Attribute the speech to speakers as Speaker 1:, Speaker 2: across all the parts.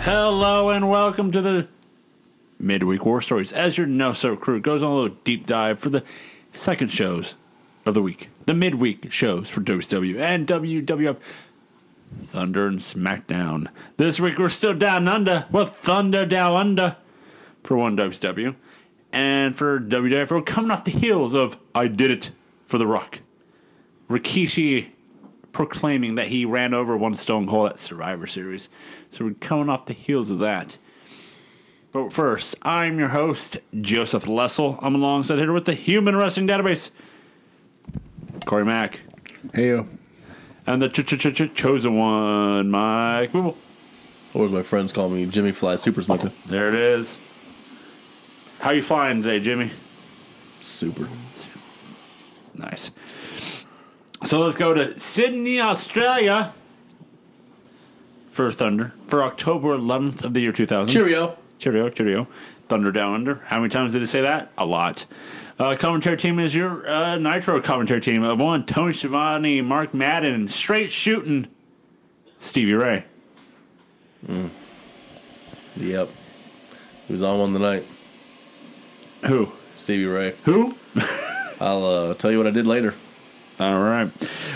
Speaker 1: Hello and welcome to the Midweek War Stories. As your No So crew goes on a little deep dive for the second shows of the week, the midweek shows for WCW and WWF Thunder and SmackDown. This week we're still down under with Thunder Down Under for one WCW, and for WWF we're coming off the heels of I Did It for The Rock. Rikishi proclaiming that he ran over one Stone Cold at Survivor Series. So we're coming off the heels of that. But first, I'm your host, Joseph Lessel. I'm alongside here with the Human Wrestling Database, Corey Mack,
Speaker 2: Hey, yo.
Speaker 1: and the ch- ch- ch- chosen one, Mike Booble.
Speaker 3: Or as my friends call me, Jimmy Fly Super Snooker.
Speaker 1: There it is. How you flying today, Jimmy?
Speaker 3: Super.
Speaker 1: Nice. So let's go to Sydney, Australia for Thunder for October 11th of the year 2000.
Speaker 3: Cheerio.
Speaker 1: Cheerio, cheerio. Thunder down under. How many times did it say that? A lot. Uh, commentary team is your uh, Nitro commentary team of one Tony Schiavone, Mark Madden, straight shooting Stevie Ray.
Speaker 3: Yep. He was on one tonight.
Speaker 1: Who?
Speaker 3: Stevie Ray.
Speaker 1: Who?
Speaker 3: I'll uh, tell you what I did later.
Speaker 1: All right.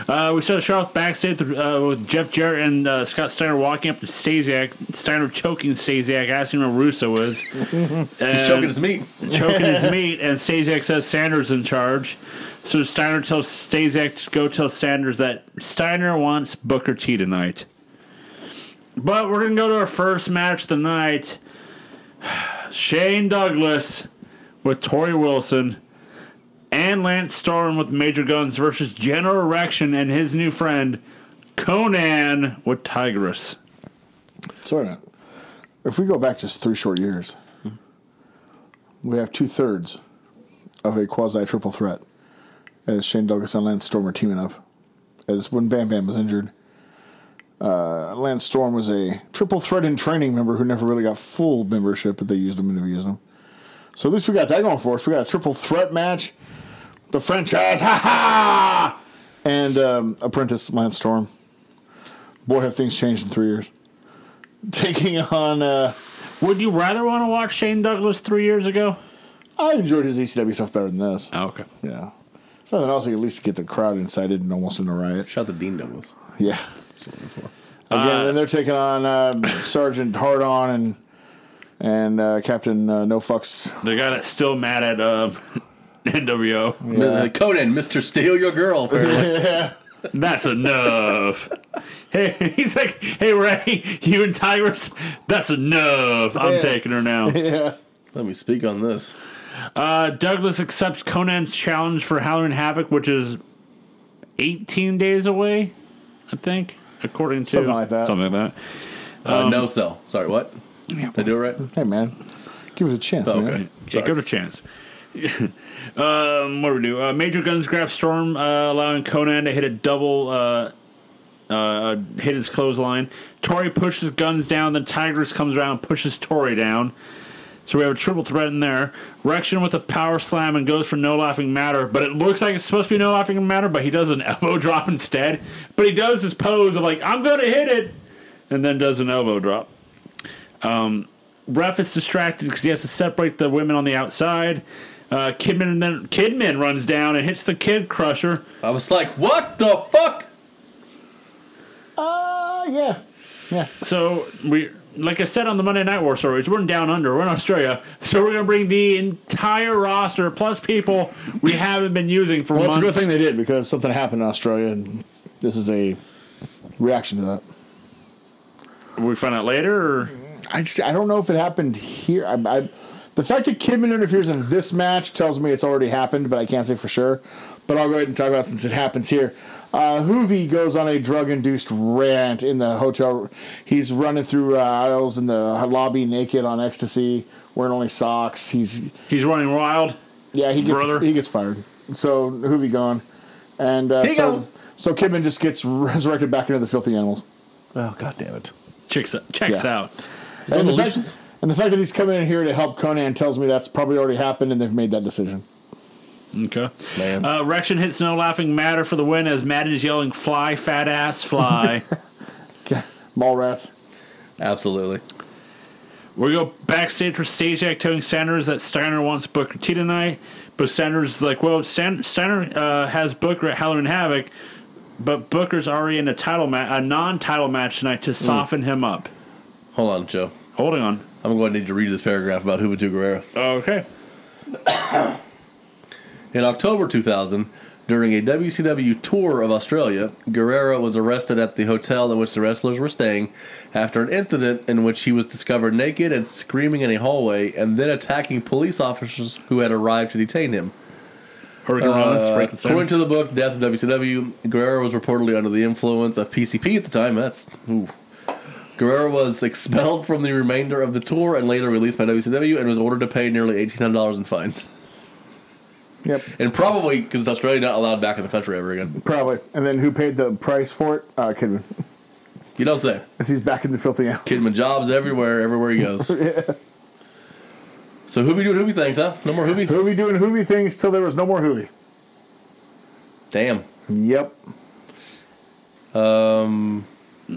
Speaker 1: Uh, we started Charlotte backstage uh, with Jeff Jarrett and uh, Scott Steiner walking up to Stasiak. Steiner choking Stasiak, asking where Russo is.
Speaker 3: He's choking his meat.
Speaker 1: choking his meat, and Stasiak says Sanders in charge. So Steiner tells Stasiak to go tell Sanders that Steiner wants Booker T tonight. But we're gonna go to our first match tonight. Shane Douglas with Tori Wilson and Lance Storm with Major Guns versus General Erection and his new friend Conan with Tigress.
Speaker 2: Sorry, man. If we go back just three short years, we have two thirds of a quasi triple threat as Shane Douglas and Lance Storm are teaming up. As when Bam Bam was injured, uh, Lance Storm was a triple threat in training member who never really got full membership, but they used him and abused him. So at least we got that going for us. We got a triple threat match, the franchise, ha ha, and um, apprentice Lance Storm. Boy, have things changed in three years taking on. Uh,
Speaker 1: Would you rather want to watch Shane Douglas three years ago?
Speaker 2: I enjoyed his ECW stuff better than this.
Speaker 1: Okay.
Speaker 2: Yeah. If nothing else, you at least get the crowd incited and almost in a riot.
Speaker 3: Shout to Dean Douglas.
Speaker 2: Yeah. Uh, Again, and they're taking on uh, Sergeant Hardon and and uh, Captain uh, No Fucks.
Speaker 1: The guy that's still mad at um, NWO.
Speaker 3: Uh, Conan, Mr. Steal Your Girl. apparently.
Speaker 1: That's enough. hey, he's like, hey Ray, you and Tigress, that's enough. I'm
Speaker 2: Yeah.
Speaker 1: taking her now.
Speaker 2: Yeah.
Speaker 3: Let me speak on this.
Speaker 1: Uh, Douglas accepts Conan's challenge for Halloween Havoc, which is 18 days away, I think, according to
Speaker 2: Something like that.
Speaker 1: Something like that.
Speaker 3: Uh, no sell. Sorry, what? Did I do it right?
Speaker 2: Hey, man. Give it a chance,
Speaker 3: Oh,
Speaker 2: man.
Speaker 3: okay.
Speaker 1: Yeah, give it a chance. um, what do we do? Uh, Major Guns grabs Storm, uh, allowing Conan to hit a double, uh, uh, hit his clothesline. Tori pushes Guns down, then Tigers comes around and pushes Tori down. So we have a triple threat in there. Rection with a power slam and goes for no laughing matter, but it looks like it's supposed to be no laughing matter, but he does an elbow drop instead. But he does his pose of like, I'm going to hit it, and then does an elbow drop ref is distracted because he has to separate the women on the outside. Uh, Kidman and then Kidman runs down and hits the Kid Crusher.
Speaker 3: I was like, what the fuck?
Speaker 2: Uh, yeah. Yeah.
Speaker 1: So we, like I said on the Monday Night War stories, we're in down under. We're in Australia, so we're gonna bring the entire roster plus people we haven't been using for
Speaker 2: Well, it's a
Speaker 1: months.
Speaker 2: good thing they did because something happened in Australia, and this is a reaction to that.
Speaker 1: we find out later. Or?
Speaker 2: I just I don't know if it happened here. I, I the fact that Kidman interferes in this match tells me it's already happened, but I can't say for sure. But I'll go ahead and talk about it since it happens here. Uh, Hoovy goes on a drug-induced rant in the hotel. He's running through uh, aisles in the lobby naked on ecstasy, wearing only socks. He's
Speaker 1: He's running wild.
Speaker 2: yeah, he gets
Speaker 1: Brother.
Speaker 2: he gets fired. So Hoovy gone, and uh,
Speaker 3: He
Speaker 2: so
Speaker 3: gone.
Speaker 2: so Kidman just gets resurrected back into the filthy animals.
Speaker 3: Oh, god damn it.
Speaker 1: Checks out, checks
Speaker 2: Yeah.
Speaker 1: out.
Speaker 2: And the,
Speaker 3: Little
Speaker 2: fact,
Speaker 3: leeches.
Speaker 2: and the fact that he's coming in here to help Conan tells me that's probably already happened and they've made that decision.
Speaker 1: Okay.
Speaker 3: Man.
Speaker 1: Uh, Rection hits no laughing matter for the win as Madden is yelling, "Fly, fat ass, fly."
Speaker 2: Mall rats.
Speaker 3: Absolutely.
Speaker 1: We go backstage with Stasiak telling Sanders that Steiner wants Booker T tonight, but Sanders is like, well, Stan- Steiner uh, has Booker at Halloween Havoc, but Booker's already in a title ma- a non-title match tonight to soften him up.
Speaker 3: Hold on, Joe.
Speaker 1: Holding on.
Speaker 3: I'm going to need to read this paragraph about Juventud Guerrero.
Speaker 1: Okay.
Speaker 3: In October 2000, during a WCW tour of Australia, Guerrero was arrested at the hotel in which the wrestlers were staying after an incident in which he was discovered naked and screaming in a hallway and then attacking police officers who had arrived to detain him.
Speaker 1: Hurricane Rana's
Speaker 3: Uh,
Speaker 1: Frankenstein.
Speaker 3: according to the book Death of WCW, Guerrero was reportedly under the influence of PCP at the time. That's ooh. Guerrero was expelled from the remainder of the tour and later released by WCW and was ordered to pay nearly eighteen hundred dollars in fines.
Speaker 2: Yep,
Speaker 3: And probably because Australia not allowed back in the country ever again.
Speaker 2: probably. And then who paid the price for it? Uh, Kidman.
Speaker 3: You don't say.
Speaker 2: 'Cause he's back in the filthy alley.
Speaker 3: Kidman jobs everywhere, everywhere he goes. So Hoovy doing Hoovy things, huh? No more Hoovy.
Speaker 2: Hoovy doing Hoovy things till there was no more Hoovy.
Speaker 3: Damn,
Speaker 2: Yep.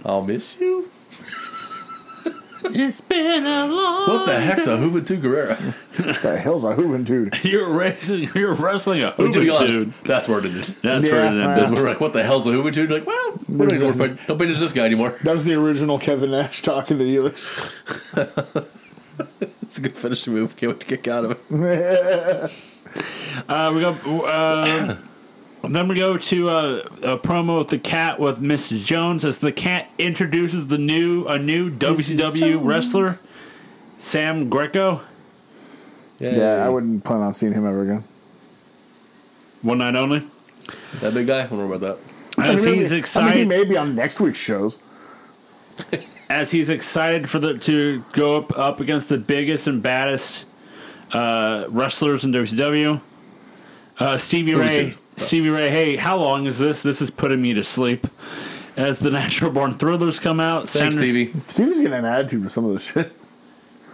Speaker 3: I'll miss you.
Speaker 1: It's been a long.
Speaker 3: What the heck's a Hoovy Guerrero?
Speaker 2: the hell's a hoovin' dude?
Speaker 1: You're wrestling. You're wrestling a
Speaker 3: To be
Speaker 1: Hoover
Speaker 3: honest,
Speaker 1: dude.
Speaker 3: that's where it is.
Speaker 1: That's
Speaker 2: Yeah,
Speaker 1: where it
Speaker 2: uh,
Speaker 1: ended.
Speaker 3: We're like, what the hell's a Hoover dude? Like, well, we don't,
Speaker 2: There's
Speaker 3: even
Speaker 2: a-
Speaker 3: work, don't pay attention to this guy anymore.
Speaker 2: That was the original Kevin Nash talking to Elix.
Speaker 3: It's a good finishing move. Can't wait to kick out of it.
Speaker 1: Uh, we go. Uh, then we go to uh, a promo with the cat with Mrs. Jones as the cat introduces the new a new WCW wrestler, Sam Greco.
Speaker 2: yeah, I wouldn't plan on seeing him ever again.
Speaker 1: One night only.
Speaker 3: That big guy? I wonder about that.
Speaker 1: As he's
Speaker 2: I mean,
Speaker 1: excited,
Speaker 2: he may be on next week's shows.
Speaker 1: as he's excited for the to go up up against the biggest and baddest uh, wrestlers in WCW. Uh, Stevie
Speaker 3: Who's
Speaker 1: Ray,
Speaker 3: it?
Speaker 1: Stevie Ray, hey, how long is this? This is putting me to sleep. As the Natural Born Thrillers come out,
Speaker 3: Thanks,
Speaker 1: Sanders-
Speaker 3: Stevie.
Speaker 2: Stevie's getting an attitude with some of this shit.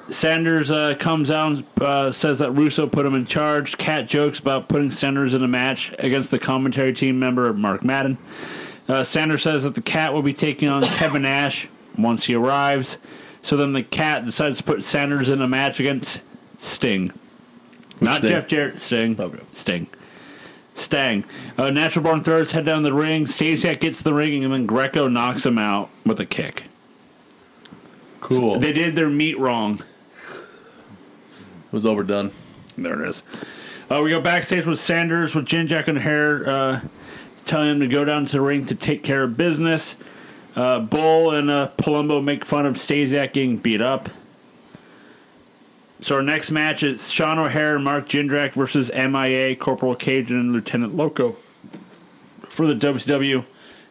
Speaker 1: Sanders uh, comes out and uh, says that Russo put him in charge. Cat jokes about putting Sanders in a match against the commentary team member Mark Madden. Uh, Sanders says that the cat will be taking on Kevin Nash once he arrives. So then the cat decides to put Sanders in a match against Sting. Not
Speaker 3: Sting? Oh,
Speaker 1: Jeff Jarrett, Sting.
Speaker 3: Okay.
Speaker 1: Sting. Stang. Uh, Natural Born Thrillers head down the ring. Stasiak gets the ring, and then Greco knocks him out with a kick.
Speaker 3: Cool.
Speaker 1: They
Speaker 3: It
Speaker 1: did their meat wrong.
Speaker 3: was overdone.
Speaker 1: There it is. Uh, we go backstage with Sanders with Jin Jack and Hare uh, telling him to go down to the ring to take care of business. Uh, Bull and uh, Palumbo make fun of Stasiak getting beat up. So our next match is Sean O'Hare and Mark Jindrak versus MIA, Corporal Cajun, and Lieutenant Loco for the WCW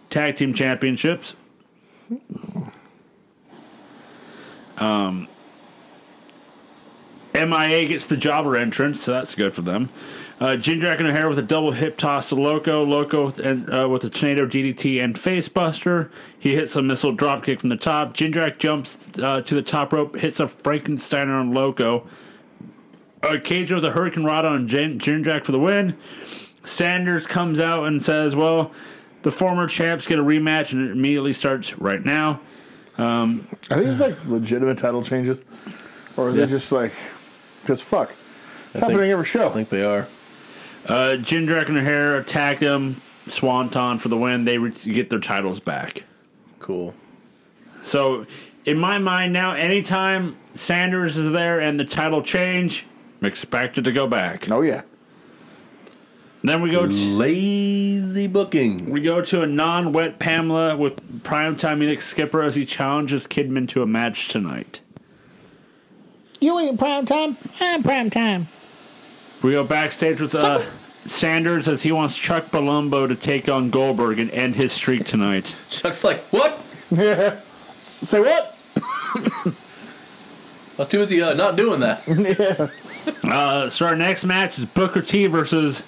Speaker 1: Tag Team Championships. MIA gets the jobber entrance, so that's good for them. Uh, Jindrak and O'Hara with a double hip toss to Loco. Loco with, and, uh, with a tornado DDT and face buster. He hits a missile dropkick from the top. Jindrak jumps uh, to the top rope, hits a Frankensteiner on Loco. Uh, Cajun with a Hurricane Rod on Jin- Jindrak for the win. Sanders comes out and says, Well, the former champs get a rematch, and it immediately starts right now.
Speaker 2: I think it's like legitimate title changes, or are
Speaker 3: Yeah.
Speaker 2: they just like, just fuck? It's
Speaker 3: think-
Speaker 2: happening every show.
Speaker 3: I think they are.
Speaker 1: Uh, Jindrak and O'Hare attack him. Swanton for the win. They re- get their titles back.
Speaker 3: Cool.
Speaker 1: So, in my mind now, anytime Sanders is there and the title change, I'm expected to go back.
Speaker 2: oh yeah,
Speaker 1: Then we go to,
Speaker 3: Lazy booking.
Speaker 1: we go to a non-wet Pamela with primetime Enix Skipper as he challenges Kidman to a match tonight.
Speaker 4: You ain't prime time. I'm prime time.
Speaker 1: We go backstage with uh, Sanders as he wants Chuck Palumbo to take on Goldberg and end his streak tonight.
Speaker 3: Chuck's like, what?
Speaker 2: Say what?
Speaker 3: I was too busy uh, not doing that.
Speaker 1: Uh, so our next match is Booker T versus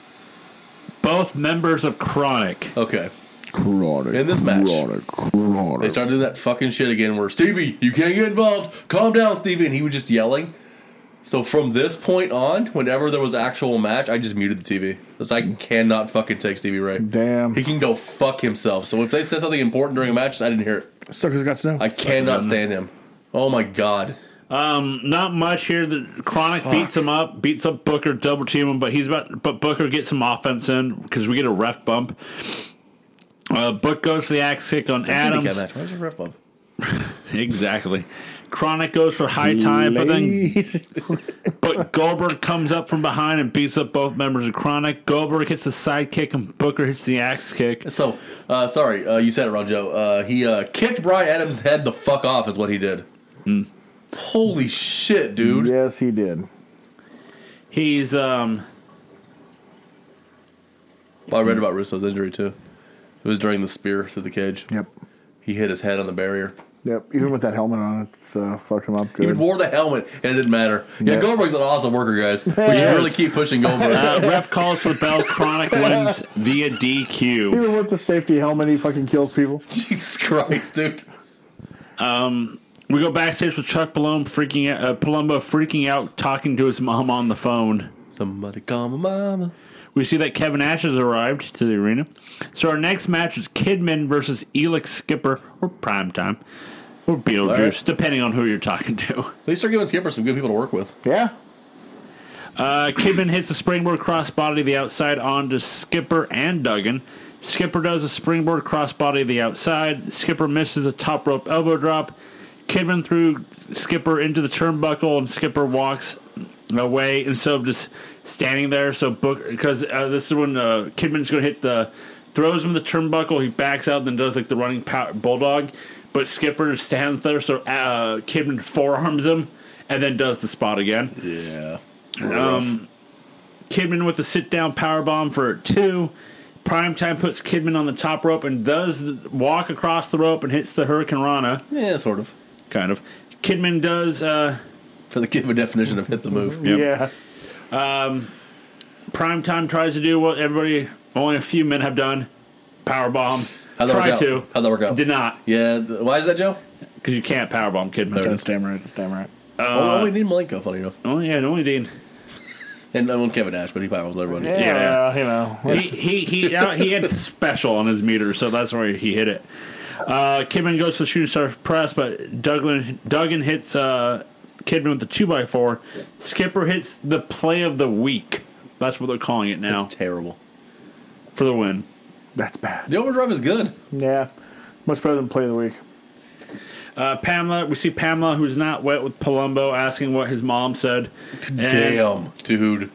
Speaker 1: both members of Chronic.
Speaker 3: Okay.
Speaker 2: Chronic.
Speaker 3: In this match.
Speaker 2: Chronic. Chronic.
Speaker 3: They started doing that fucking shit again where, Stevie, you can't get involved. Calm down, Stevie. And he was just yelling. So from this point on, whenever there was actual match, I just muted the TV. Because I cannot fucking take Stevie Ray.
Speaker 2: Damn.
Speaker 3: He can go fuck himself. So if they said something important during a match, I didn't hear it.
Speaker 2: Suckers got snow.
Speaker 3: I cannot stand him. Oh my god.
Speaker 1: Um, not much here. The Chronic beats him up, beats up Booker, double team him, but he's about. But Booker gets some offense in because we get a ref bump. Uh, Book goes for the axe kick on
Speaker 3: Handicap
Speaker 1: Adams.
Speaker 3: match. Where's the ref bump?
Speaker 1: Exactly. Chronic goes for high time, but then
Speaker 2: Ladies.
Speaker 1: but Goldberg comes up from behind and beats up both members of Chronic. Goldberg hits a side kick and Booker hits the axe kick.
Speaker 3: So, uh, sorry, uh, you said it wrong, Joe. Uh, he uh, kicked Brian Adams' head the fuck off, is what he did. Holy shit, dude.
Speaker 2: yes, he did.
Speaker 1: He's um
Speaker 3: Well, I read about Russo's injury, too. It was during the spear through the cage.
Speaker 2: Yep.
Speaker 3: He hit his head on the barrier.
Speaker 2: Yep. Even with that helmet on, it's uh, fucked him up
Speaker 3: He
Speaker 2: good.
Speaker 3: wore the helmet, and it didn't matter. Yeah,
Speaker 2: Yeah.
Speaker 3: Goldberg's an awesome worker, guys. We should
Speaker 2: Yes.
Speaker 3: really keep pushing Goldberg.
Speaker 1: uh, ref calls for the bell. Chronic wins via DQ.
Speaker 2: Even with the safety helmet, he fucking kills people.
Speaker 3: Jesus Christ, dude.
Speaker 1: We go backstage with Chuck Palumbo freaking out, uh, Palumbo freaking out, talking to his mom on the phone.
Speaker 3: Somebody call my mama.
Speaker 1: We see that Kevin Ash has arrived to the arena. So our next match is Kidman versus Elix Skipper or Primetime or Beetlejuice,
Speaker 3: Alright.
Speaker 1: depending on who you're talking to.
Speaker 3: At least they're giving Skipper some good people to work with.
Speaker 2: Yeah.
Speaker 1: Uh, Kidman hits a springboard crossbody to the outside onto Skipper and Duggan. Skipper does a springboard crossbody to the outside. Skipper misses a top rope elbow drop. Kidman threw Skipper into the turnbuckle, and Skipper walks away instead of just standing there. So book because uh, this is when uh, Kidman's going to hit the throws him the turnbuckle. He backs out, then does like the running pow- bulldog. But Skipper stands there, so uh, Kidman forearms him, and then does the spot again.
Speaker 3: Yeah.
Speaker 1: Um, Kidman with a sit down power bomb for two. Primetime puts Kidman on the top rope and does walk across the rope and hits the Hurricane Rana,
Speaker 3: Yeah, sort of.
Speaker 1: kind of. Kidman does uh,
Speaker 3: For the given definition of hit the move.
Speaker 1: Yep.
Speaker 2: Yeah.
Speaker 1: primetime tries to do what everybody only a few men have done. Power bomb.
Speaker 3: How'd that
Speaker 1: Try
Speaker 3: work out?
Speaker 1: to.
Speaker 3: How'd that work out?
Speaker 1: Did not
Speaker 3: Yeah, th- why is that, Joe?
Speaker 1: because you can't power bomb Kidman.
Speaker 2: That's damn right. That's damn right.
Speaker 3: oh, well, we need Malenko, funny enough.
Speaker 1: Oh yeah, and only Dean.
Speaker 3: And uh, well, Kevin Nash, but he probably was everyone.
Speaker 2: Yeah,
Speaker 1: Yeah.
Speaker 2: you
Speaker 1: He
Speaker 2: know.
Speaker 1: he he, uh, he had special on his meter, so that's where he hit it. Uh, Kidman goes to the shooting star press, but Duggan Duggan hits uh, Kidman with the two x four. Skipper hits the play of the week. That's what they're calling it now
Speaker 3: It's terrible.
Speaker 1: for the win.
Speaker 2: That's bad.
Speaker 3: The overdrive is good.
Speaker 2: Yeah. Much better than play of the week.
Speaker 1: Uh, Pamela, we see Pamela, who's not wet with Palumbo, asking what his mom said. And
Speaker 3: Damn, dude.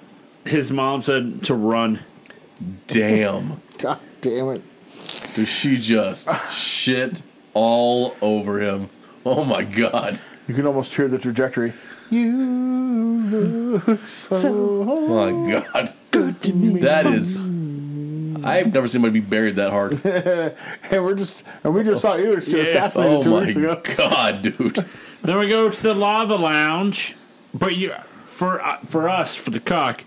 Speaker 1: his mom said to run.
Speaker 3: Damn.
Speaker 2: God damn it.
Speaker 3: Dude, she just shit all over him. Oh my god.
Speaker 2: You can almost hear the trajectory. You look so,
Speaker 3: Oh my god. Good to me. That is. I've never seen anybody be buried that hard.
Speaker 2: and we're just and we just saw Elix get
Speaker 1: Yeah.
Speaker 2: assassinated
Speaker 3: Oh
Speaker 2: two
Speaker 3: my
Speaker 2: weeks ago.
Speaker 3: god, dude.
Speaker 1: Then we go to the lava lounge, but you for uh, for us for the cock,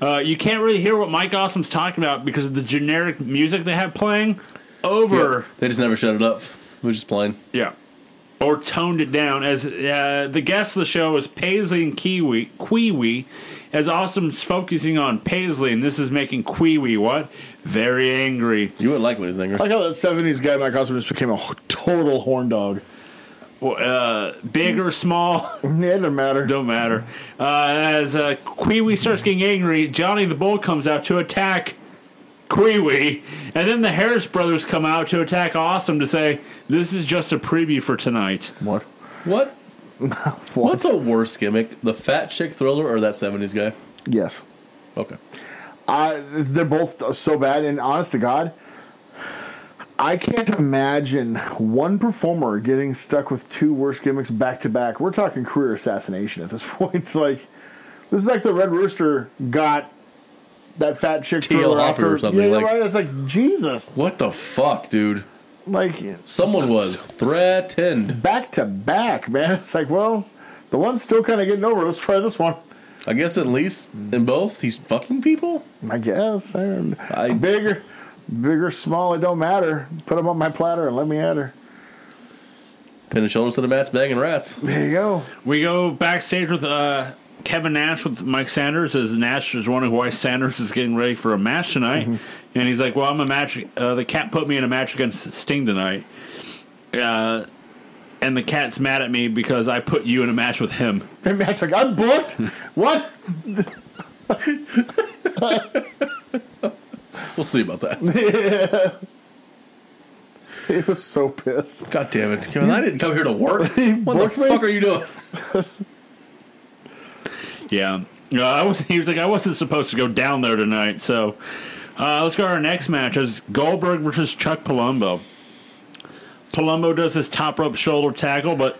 Speaker 1: uh, you can't really hear what Mike Awesome's talking about because of the generic music they have playing over
Speaker 3: They just never shut it up. It was just plain.
Speaker 1: yeah, or toned it down as uh, the guest of the show is Paisley and Kiwi Kiwi, as Awesome's focusing on Paisley and this is making Kiwi what very angry.
Speaker 3: You wouldn't like what he's thinking.
Speaker 2: I like how that seventies guy Mike Osmond just became a h- total horn dog.
Speaker 1: Uh, big or small.
Speaker 2: It doesn't matter.
Speaker 1: Don't matter. Uh, as uh, Queewee starts getting angry, Johnny the Bull comes out to attack Queewee, and then the Harris brothers come out to attack Awesome to say, "This is just a preview for tonight."
Speaker 2: What?
Speaker 3: What?
Speaker 2: What?
Speaker 3: What's a worse gimmick? The fat chick thriller or that 70s guy?
Speaker 2: Yes.
Speaker 3: Okay.
Speaker 2: I, they're both so bad, and honest to God, I can't imagine one performer getting stuck with two worst gimmicks back to back. We're talking career assassination at this point. It's like this is like the Red Rooster got that fat chick
Speaker 3: T.L.
Speaker 2: thriller
Speaker 3: Hopper
Speaker 2: after-
Speaker 3: or something,
Speaker 2: Yeah,
Speaker 3: like-
Speaker 2: right. It's like Jesus,
Speaker 3: What the fuck, dude?
Speaker 2: like
Speaker 3: Someone was threatened.
Speaker 2: back to back, man. It's like well, the one's still kind of getting over. it. Let's try this one.
Speaker 3: I guess at least in both, he's fucking people?
Speaker 2: I guess I don't,
Speaker 3: I-
Speaker 2: bigger, big or small, it don't matter. Put them on my platter and let me at her.
Speaker 3: Pin and shoulders to the mats, banging rats.
Speaker 2: There you go.
Speaker 1: We go backstage with uh, Kevin Nash with Mike Sanders as Nash is wondering why Sanders is getting ready for a match tonight, and he's like, "Well, I'm a match. Uh, the cat put me in a match against Sting tonight." Uh, and the cat's mad at me because I put you in a match with him.
Speaker 2: And Matt's like, I'm booked. what?
Speaker 3: We'll see about that.
Speaker 2: He was so pissed.
Speaker 3: God damn it, Kevin! I didn't come here to work. What the
Speaker 2: booked me?
Speaker 3: fuck are you doing?
Speaker 1: Yeah. Uh, I was. He was like, I wasn't supposed to go down there tonight. So uh, let's go to our next match. It's Goldberg versus Chuck Palumbo. Palumbo does his top rope shoulder tackle, but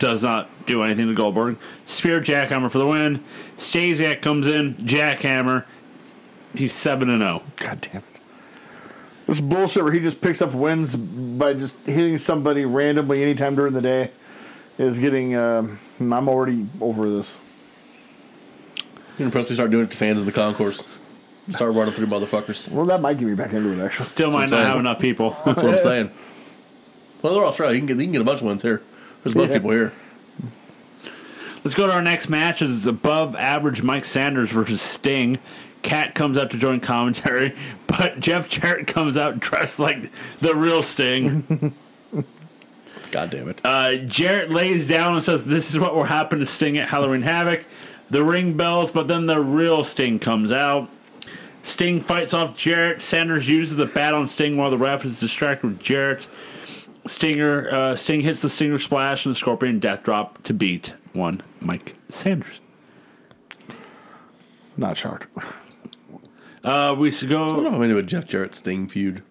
Speaker 1: does not do anything to Goldberg. Spear jackhammer for the win. Stasiak comes in, jackhammer. He's seven and oh. zero.
Speaker 2: God damn it. This bullshit where he just picks up wins by just hitting somebody randomly anytime during the day is getting. Um, I'm already over this.
Speaker 3: You impressed me? Start doing it to fans of the concourse. Start running through motherfuckers.
Speaker 2: Well, that might get me back into it, actually.
Speaker 1: Still might not
Speaker 3: saying.
Speaker 1: have enough people.
Speaker 3: That's what I'm saying. Well, they're Australia. You can get, you can get a bunch of wins here. There's a bunch
Speaker 2: Yeah.
Speaker 3: of people here.
Speaker 1: Let's go to our next match. It's above average Mike Sanders versus Sting. Cat comes out to join commentary, but Jeff Jarrett comes out dressed like the real Sting.
Speaker 3: God damn it.
Speaker 1: Uh, Jarrett lays down and says, This is what will happen to Sting at Halloween Havoc. The ring bells, but then the real Sting comes out. Sting fights off Jarrett. Sanders uses the bat on Sting while the ref is distracted with Jarrett. Stinger, uh, Sting hits the Stinger splash and the Scorpion death drop to beat one Mike Sanders.
Speaker 2: Not shocked.
Speaker 1: Uh, we should
Speaker 3: I don't
Speaker 1: go.
Speaker 3: know if I'm into a Jeff Jarrett Sting feud.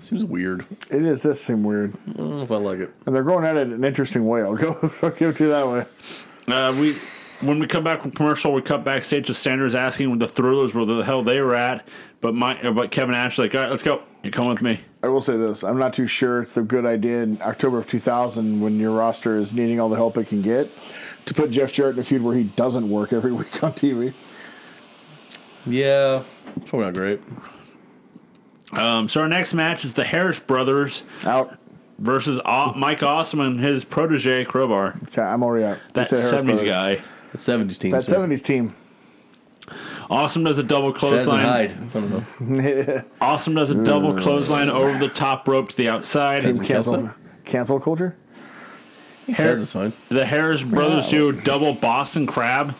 Speaker 3: Seems weird. I
Speaker 2: It is. Does seem weird.
Speaker 3: don't know if I like it.
Speaker 2: And they're going at it in an interesting way. I'll go. I'll give it to you that way.
Speaker 1: Uh, we when we come back from commercial, we cut backstage to Sanders asking the Thrillers where the hell they were at. But my, uh, but Kevin Ashley, like, all right, let's go. You come with me.
Speaker 2: I will say this: I'm not too sure it's the good idea in October of 2000 when your roster is needing all the help it can get to put Jeff Jarrett in a feud where he doesn't work every week on TV.
Speaker 3: Yeah, it's probably not great.
Speaker 1: Um, so our next match is the Harris brothers
Speaker 2: Out.
Speaker 1: versus Au- Mike Awesome and his protege Crowbar.
Speaker 2: Okay, I'm already out.
Speaker 1: That
Speaker 2: Let's say Harris
Speaker 1: seventies
Speaker 2: Brothers.
Speaker 1: guy.
Speaker 3: It's 70s team.
Speaker 2: That
Speaker 3: so-
Speaker 2: 70s team.
Speaker 1: Awesome does a double
Speaker 3: Fez and
Speaker 1: clothesline.
Speaker 3: Hyde. I don't know.
Speaker 1: Awesome does a double clothesline over the top rope to the outside.
Speaker 2: Mm. Team
Speaker 3: Doesn't
Speaker 2: cancel.
Speaker 3: cancel?
Speaker 2: Cancel culture.
Speaker 3: Fez is fine.
Speaker 1: The Harris brothers do a double Boston crab.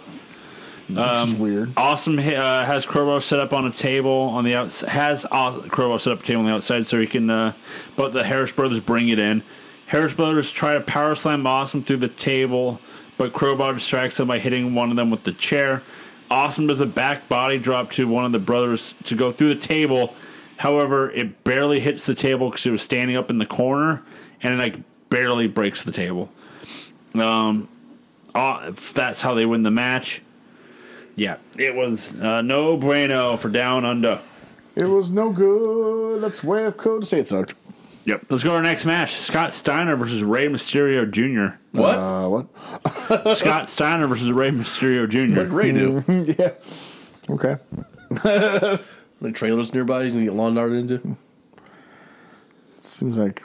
Speaker 2: Which
Speaker 1: Um,
Speaker 2: is weird.
Speaker 1: Awesome uh, has Crowbar set up on a table on the outside. Has Aw- Crowbar set up a table on the outside so he can. Uh, but the Harris brothers bring it in. Harris brothers try to power slam Awesome through the table, but Crowbar distracts them by hitting one of them with the chair. Awesome does a back body drop to one of the brothers to go through the table. However, it barely hits the table because it was standing up in the corner, and it like barely breaks the table. Um, Aw- that's how they win the match. Yeah, it was uh, no bueno for Down Under.
Speaker 2: It was no good. That's way of code to say it sucked.
Speaker 1: Yep. Let's go to our next match: Scott Steiner versus Rey Mysterio Jr.
Speaker 3: What?
Speaker 2: Uh, what?
Speaker 1: Scott Steiner versus Rey Mysterio Jr.
Speaker 3: Ray do.
Speaker 2: yeah. Okay.
Speaker 3: The trailer's nearby. He's gonna get lawn darted into.
Speaker 2: Seems like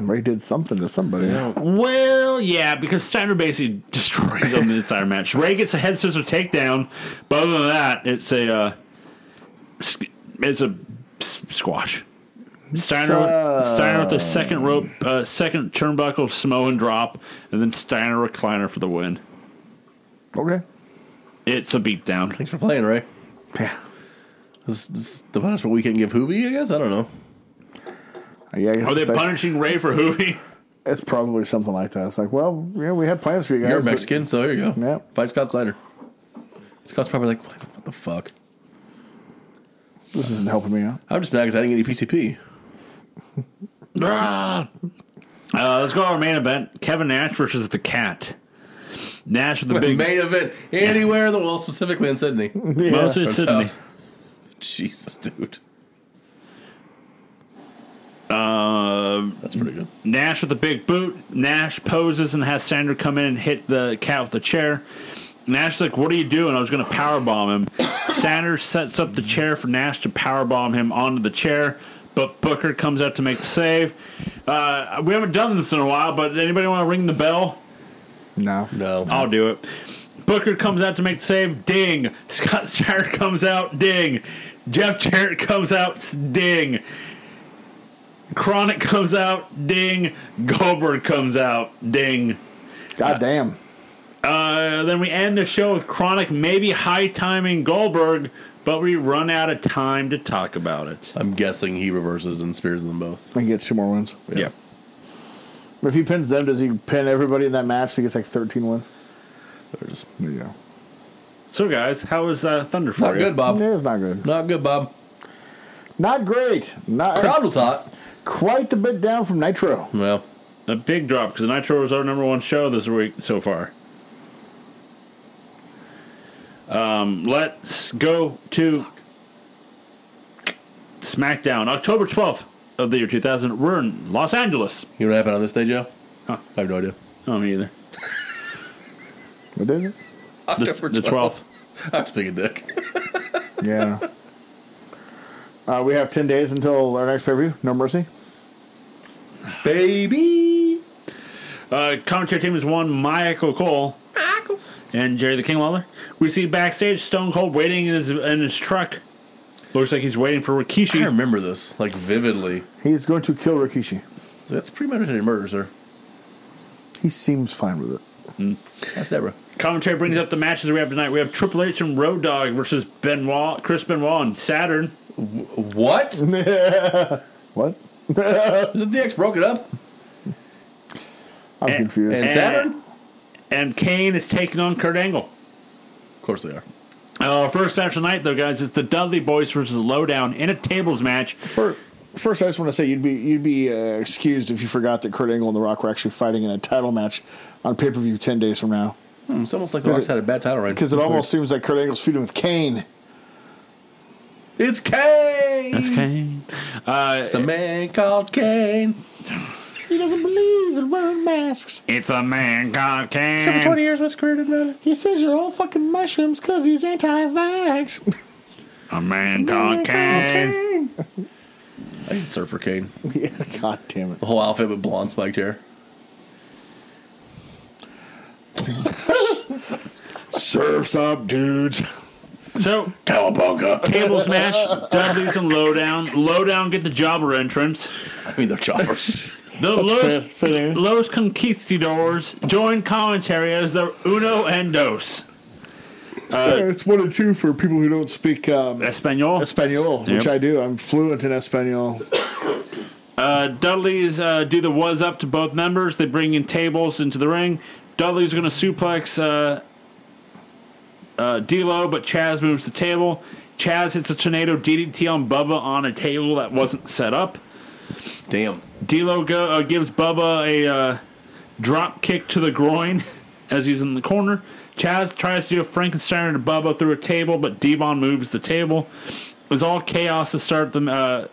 Speaker 2: Ray did something to somebody.
Speaker 1: Well, yeah, because Steiner basically destroys him the entire match. Rey gets a head scissor takedown, but other than that, it's a uh, s- it's a s- squash. Steiner, with, Steiner with the second rope, uh, second turnbuckle Samoan drop, and then Steiner recliner for the win.
Speaker 2: Okay.
Speaker 1: It's a beatdown.
Speaker 3: Thanks for playing, Ray.
Speaker 2: Yeah.
Speaker 3: This, this is the punishment we can give Hoobie, I guess. I don't know.
Speaker 2: Yeah, I guess
Speaker 1: Are they
Speaker 2: it's, like-
Speaker 1: punishing Ray for Hoovy?
Speaker 2: it's probably something like that. It's like, well, yeah, we had plans for you guys.
Speaker 3: You're
Speaker 2: but-
Speaker 3: Mexican, so here you go.
Speaker 2: Yeah.
Speaker 3: Fight Scott Snyder. Scott's probably like, what, what the fuck?
Speaker 2: This isn't helping me out.
Speaker 3: I'm just mad because I didn't get any PCP.
Speaker 1: Ah. Uh, let's go to our main event: Kevin Nash versus the Cat. Nash with the big
Speaker 3: Main event anywhere in the world, specifically in Sydney.
Speaker 1: mostly
Speaker 3: Or
Speaker 1: Sydney.
Speaker 3: South. Jesus, dude.
Speaker 1: Uh,
Speaker 3: That's pretty good.
Speaker 1: Nash with the big boot. Nash poses and has Sandra come in and hit the Cat with the chair. Nash's like, "What are you doing?" I was going to power bomb him. Sanders sets up the chair for Nash to power bomb him onto the chair, but Booker comes out to make the save. Uh, we haven't done this in a while, but anybody want to ring the bell?
Speaker 2: No.
Speaker 3: No.
Speaker 1: I'll do it. Booker comes out to make the save. Ding. Scott Steiner comes out. Ding. Jeff Jarrett comes out. s- Ding. Chronic comes out, ding. Goldberg comes out, ding.
Speaker 2: God damn.
Speaker 1: Uh, then we end the show with Chronic, maybe high timing Goldberg, but we run out of time to talk about it.
Speaker 3: I'm guessing he reverses and spears them both.
Speaker 2: And gets two more wins.
Speaker 1: Yeah.
Speaker 2: If he pins them, does he pin everybody in that match? So he gets like 13 wins.
Speaker 3: There's-
Speaker 2: There you go.
Speaker 1: So, guys, how was uh, Thunder for
Speaker 3: Not
Speaker 1: you?
Speaker 3: good, Bob.
Speaker 2: Yeah, it's not good.
Speaker 3: Not good, Bob.
Speaker 2: Not great. Not
Speaker 3: Crowd was hot.
Speaker 2: quite the bit down from Nitro.
Speaker 3: Well,
Speaker 1: A big drop because Nitro was our number one show this week so far. Um, let's go to SmackDown, October 12th of the year 2000. We're in Los Angeles.
Speaker 3: you know what happened on this day, Joe?
Speaker 1: Huh.
Speaker 3: I have no idea.
Speaker 1: Oh, me either.
Speaker 2: What is it?
Speaker 1: The, the 12th.
Speaker 3: I'm speaking dick.
Speaker 2: Yeah. uh, we have 10 days until our next pay per view. No mercy.
Speaker 3: Baby.
Speaker 1: Uh, commentary team is one Michael Cole and Jerry the King Lawler. We see backstage Stone Cold waiting in his in his truck. Looks like he's waiting for
Speaker 3: I
Speaker 1: Rikishi.
Speaker 3: remember this like vividly.
Speaker 2: He's going to kill Rikishi.
Speaker 3: That's premeditated murder, sir.
Speaker 2: He seems fine with it.
Speaker 3: That's Deborah.
Speaker 1: Commentary brings up the matches we have tonight. We have Triple H and Road Dogg versus Benoit, Chris Benoit and Saturn.
Speaker 3: What? Is
Speaker 2: What?
Speaker 3: it DX broke it up?
Speaker 2: I'm
Speaker 1: And-
Speaker 2: confused.
Speaker 3: And
Speaker 1: Eh.
Speaker 3: Saturn?
Speaker 1: And Kane is taking on Kurt Angle.
Speaker 3: Of course they are.
Speaker 1: Uh, our first match tonight, though, guys, is the Dudley Boys versus Lowdown in a tables match.
Speaker 2: First, first, I just want to say you'd be you'd be uh, excused if you forgot that Kurt Angle and The Rock were actually fighting in a title match on pay per view ten days from now.
Speaker 3: Hmm, It's almost like the Rock's had a bad title reign.
Speaker 2: Because it almost seems like Kurt Angle's feuding with Kane.
Speaker 3: It's Kane.
Speaker 1: That's Kane. Uh,
Speaker 3: It's a man called Kane.
Speaker 2: He doesn't believe in wearing masks.
Speaker 1: it's a man called Kane.
Speaker 3: For 20 years, what's career didn't matter.
Speaker 2: He says you're all fucking mushrooms because he's anti-vax.
Speaker 1: A man called Kane.
Speaker 3: I need Surfer Kane.
Speaker 2: yeah, God damn it.
Speaker 3: The whole outfit with blonde spiked hair.
Speaker 2: Surfs up, dudes.
Speaker 1: So
Speaker 3: Cowabunga.
Speaker 1: Table smash, Dudley's and Lowdown. Lowdown get the jobber entrance.
Speaker 3: I mean, they're choppers.
Speaker 1: The
Speaker 2: fair-
Speaker 1: Los,
Speaker 2: fair.
Speaker 1: Los Conquistadors join commentary as the Uno and Dos.
Speaker 2: Uh, it's one and two for people who don't speak um,
Speaker 1: Espanol.
Speaker 2: Espanol, which
Speaker 1: Yep.
Speaker 2: I do. I'm fluent in Espanol.
Speaker 1: Uh, Dudley's uh, do the was up to both members. They bring in tables into the ring. Dudley's going to suplex uh, uh, D'Lo, but Chaz moves the table. Chaz hits a tornado DDT on Bubba on a table that wasn't set up.
Speaker 3: Damn.
Speaker 1: D'Lo go, uh, gives Bubba a uh, drop kick to the groin as he's in the corner. Chaz tries to do a Frankensteiner to Bubba through a table, but Devon moves the table. It's all chaos to start the. Uh,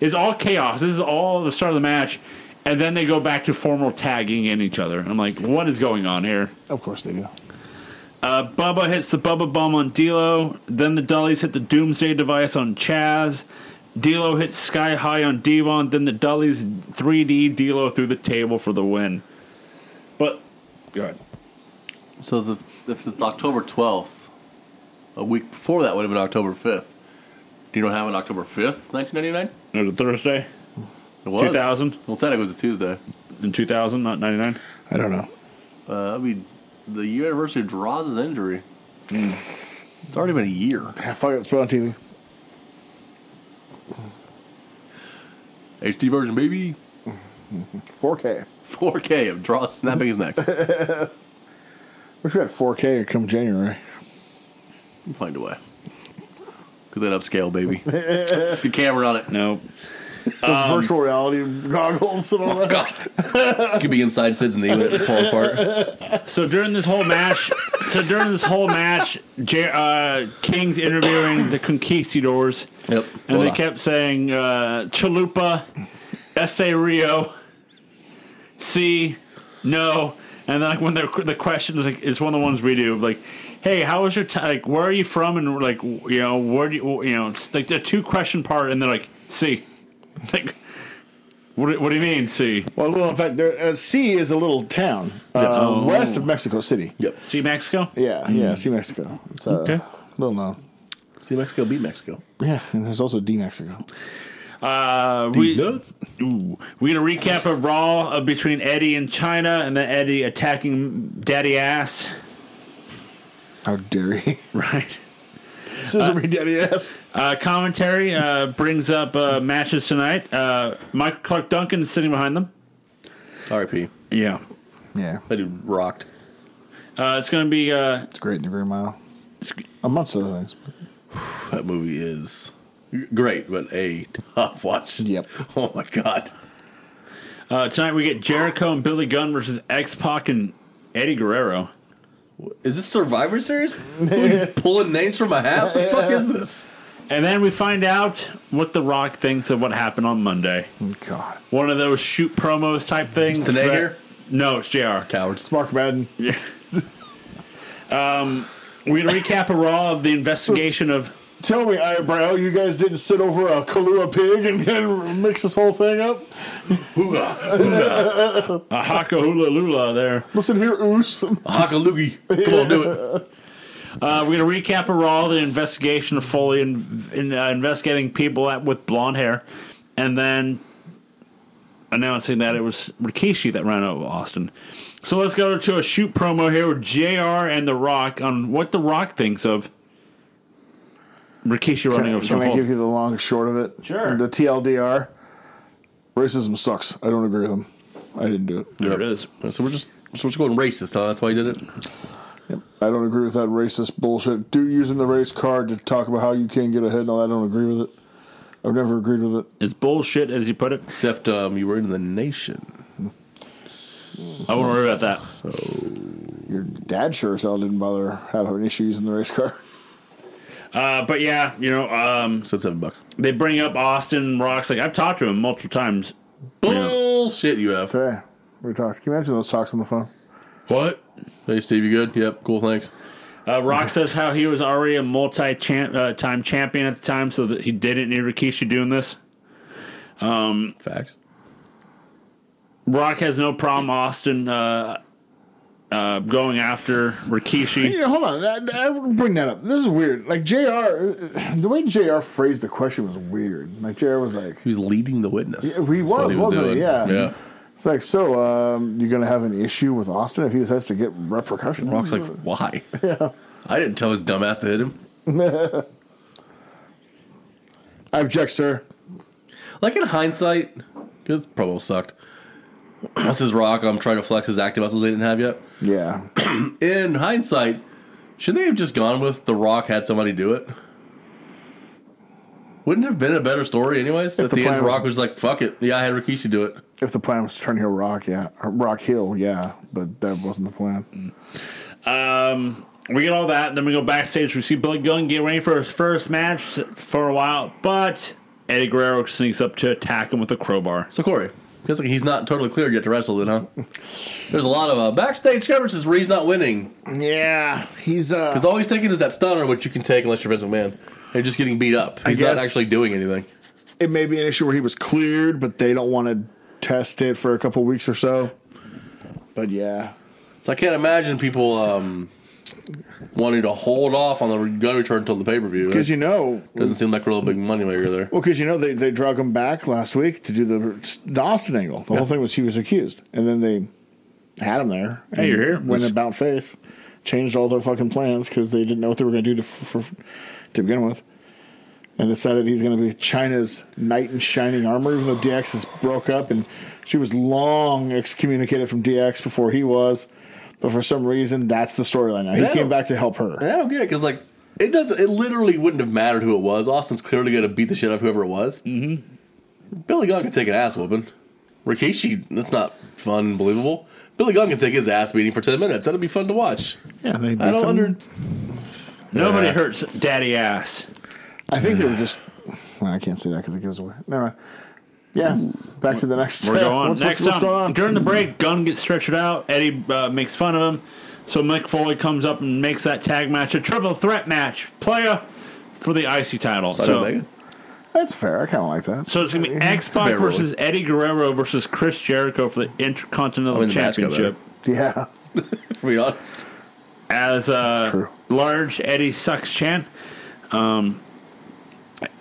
Speaker 1: is all chaos. This is all the start of the match, and then they go back to formal tagging in each other. I'm like, what is going on here?
Speaker 2: Of course they do.
Speaker 1: Uh, Bubba hits the Bubba bomb on D'Lo. Then the Dullies hit the Doomsday device on Chaz. D'Lo hits Sky High on Devon. Then the Dullies 3D D'Lo through the table for the win. But
Speaker 3: Good. So the, if it's October 12th, a week before that would have been October 5th. Do you know what happened October 5th, 1999?
Speaker 1: it was a Thursday
Speaker 3: It was.
Speaker 1: 2000.
Speaker 3: Well, technically it was a Tuesday.
Speaker 1: in 2000, not 99.
Speaker 2: I don't know.
Speaker 3: Uh, I mean, the year anniversary of Draw's injury. Hmm. It's already been a year.
Speaker 2: Ah, Fuck it, throw it on TV.
Speaker 3: HD version, baby.
Speaker 2: 4K.
Speaker 3: 4K of Draw snapping his neck. We'll
Speaker 2: Wish we had 4K come January.
Speaker 3: find a way. Cause that upscale, baby. Let's get camera on it.
Speaker 1: No.
Speaker 2: Those virtual reality goggles and all that.
Speaker 3: Could be inside Sid's knee when it falls apart.
Speaker 1: So during this whole match, so during this whole match, Jer- uh, King's interviewing the Conquistadors.
Speaker 3: Yep.
Speaker 1: And
Speaker 3: Hold
Speaker 1: they
Speaker 3: on.
Speaker 1: kept saying uh, Chalupa, S.A. Rio, C, no. And like when they're, the question is like, it's one of the ones we do like, hey, how was your t- like? Where are you from? And like, you know, where do you you know? It's like the two question part, and they're like, C. It's like, what, do- what do you mean, C?
Speaker 2: Well, well, in fact, there, uh, C is a little town uh, west of Mexico City.
Speaker 3: Yep.
Speaker 1: C Mexico?
Speaker 2: Yeah, yeah, C Mexico. It's uh,
Speaker 1: Okay.
Speaker 2: little known.
Speaker 3: See Mexico beat Mexico.
Speaker 2: Yeah, and there's also D Mexico.
Speaker 1: Uh, we, Ooh. We're gonna recap a Raw of uh, between Eddie and China, and then Eddie attacking Daddy Ass.
Speaker 2: How dare he?
Speaker 1: Right.
Speaker 2: Scissor me, daddy ass.
Speaker 1: Uh, commentary uh, brings up uh, matches tonight. Uh, Michael Clark Duncan is sitting behind them.
Speaker 3: R.I.P.
Speaker 1: Yeah.
Speaker 2: Yeah,
Speaker 3: That dude rocked.
Speaker 1: Uh, it's gonna be uh,
Speaker 2: it's great in the Green Mile. Amongst other things.
Speaker 3: That movie is great, but a tough watch.
Speaker 2: Yep.
Speaker 3: Oh my god.
Speaker 1: uh, tonight. We get Jericho and Billy Gunn versus X Pac and Eddie Guerrero.
Speaker 3: Is this Survivor Series? We pulling names from a hat? The fuck is this?
Speaker 1: And then we find out what The Rock thinks of what happened on Monday.
Speaker 2: Mm, God.
Speaker 1: One of those shoot promos type things.
Speaker 3: It's Tanager?
Speaker 1: that- No, it's JR.
Speaker 3: Cowards.
Speaker 2: Mark Madden.
Speaker 1: Yeah. um, we're going to recap a Raw of the investigation of.
Speaker 2: Tell me, eyebrow, you guys didn't sit over a Kahlua pig and, and mix this whole thing up?
Speaker 3: Hooga.
Speaker 1: A uh, haka hula lula there.
Speaker 2: Listen here, Oos.
Speaker 3: Hakalugi. Come on, do it.
Speaker 1: Uh, we're going to recap a Raw, the investigation of Foley in, in, uh, investigating people at, with blonde hair, and then announcing that it was Rikishi that ran out of Austin. So let's go to a shoot promo here with JR and The Rock on what The Rock thinks of Rikishi running
Speaker 2: Can,
Speaker 1: over Stone
Speaker 2: I give
Speaker 1: Cold.
Speaker 2: you the long and short of it?
Speaker 1: Sure.
Speaker 2: The TLDR. Racism sucks. I don't agree with him. I didn't do it.
Speaker 1: There it is.
Speaker 3: So we're just so we're just going racist, huh? That's why you did it?
Speaker 2: I don't agree with that racist bullshit. Do using the race card to talk about how you can't get ahead and all that. I don't agree with it. I've never agreed with it.
Speaker 1: It's bullshit, as you put it.
Speaker 3: Except um, you were in the nation.
Speaker 1: I won't worry about that.
Speaker 2: Your dad sure as hell didn't bother having an issue using the race card.
Speaker 1: Uh, but yeah, you know, um,
Speaker 3: So it's seven bucks.
Speaker 1: they bring up Austin Rocks. Like I've talked to him multiple times.
Speaker 3: Bullshit you have.
Speaker 2: Okay. We talked. Can you imagine those talks on the phone?
Speaker 1: What?
Speaker 3: Hey Steve, you good? Yep, cool, thanks.
Speaker 1: Uh, Rock says how he was already a multi-time uh, time champion at the time, so that he didn't need Rikishi doing this.
Speaker 3: Facts.
Speaker 1: Rock has no problem Austin uh, uh, going after Rikishi.
Speaker 2: Yeah, hold on. I, I would bring that up. This is weird. Like Jr. The way Jr. phrased the question was weird. Like Jr. was like,
Speaker 3: He was leading the witness.
Speaker 2: Yeah, he was,
Speaker 3: That's what
Speaker 2: wasn't he?
Speaker 3: doing.
Speaker 2: Yeah.
Speaker 3: Yeah.
Speaker 2: "It's like so. Um, you're gonna have an issue with Austin if he decides to get repercussions."
Speaker 3: Rock's like, why? Yeah. I didn't tell his dumbass to hit him.
Speaker 2: "I object, sir."
Speaker 3: Like in hindsight, because promo sucked. This is Rock. I'm trying to flex his acting muscles they didn't have yet.
Speaker 2: Yeah.
Speaker 3: In hindsight, should they have just gone with The Rock had somebody do it? Wouldn't it have been a better story, anyways. At
Speaker 2: the
Speaker 3: the, end,
Speaker 2: plan was-
Speaker 3: Rock was like, "Fuck it, yeah, I had Rikishi do it."
Speaker 2: if the plan was to turn heel Rock, yeah, or Rock heel, yeah, but that wasn't the plan.
Speaker 1: Um, we get all that, then we go backstage. We see Billy Gunn get ready for his first match for a while, but Eddie Guerrero sneaks up to attack him with a crowbar.
Speaker 3: So Corey, because like he's not totally clear yet to wrestle, then, huh? There's a lot of uh, backstage coverages where he's not winning
Speaker 2: Yeah, he's uh,
Speaker 3: because all he's taking is that stunner, which you can take unless you're Vince McMahon. And just getting beat up. He's not
Speaker 2: guess.
Speaker 3: actually doing anything.
Speaker 2: it may be an issue where he was cleared, but they don't want to test it for a couple weeks or so. But yeah,
Speaker 3: So I can't imagine people um, wanting to hold off on the gun return until the pay per view.
Speaker 2: because you know,
Speaker 3: doesn't seem like a real big money maker there.
Speaker 2: well, because you know they they drug him back last week to do the, the Austin angle. The whole thing was he was accused, and then they had him there. and
Speaker 1: you're here.
Speaker 2: Went about face, changed all their fucking plans because they didn't know what they were going to do to for, to begin with, and decided he's going to be China's knight in shining armor. Even though DX is broke up and she was long excommunicated from DX before he was, but for some reason that's the storyline now. He
Speaker 3: Yeah.
Speaker 2: came back to help her.
Speaker 3: And I don't get it because like it doesn't. It literally wouldn't have mattered who it was. Austin's clearly going to beat the shit out of whoever it was. Mm-hmm. Billy Gunn can take an ass whooping. Rikishi, that's not fun, and believable. Billy Gunn can take his ass beating for ten minutes. That'd be fun to watch.
Speaker 2: Yeah, they did
Speaker 3: I don't
Speaker 2: some-
Speaker 3: under.
Speaker 1: Nobody
Speaker 3: Yeah.
Speaker 1: hurts Daddy Ass.
Speaker 2: I think they were just. Well, I can't say that because it gives away. Never mind. Yeah, back to the next.
Speaker 1: We're going
Speaker 2: What's,
Speaker 1: next
Speaker 2: what's, what's
Speaker 1: time,
Speaker 2: going on?
Speaker 1: During the break, Gunn gets stretched out. Eddie uh, makes fun of him. So Mick Foley comes up and makes that tag match a triple threat match, player for the IC title.
Speaker 3: I don't
Speaker 1: So,
Speaker 3: think-
Speaker 2: That's fair. I kind of like that.
Speaker 1: so it's gonna be X
Speaker 3: fair
Speaker 1: Pac
Speaker 3: rule.
Speaker 1: versus Eddie Guerrero versus Chris Jericho for the Intercontinental
Speaker 3: I mean, the match got
Speaker 1: Championship.
Speaker 2: Yeah,
Speaker 3: to be honest.
Speaker 1: As uh,
Speaker 2: true.
Speaker 1: large Eddie sucks Chan. Um,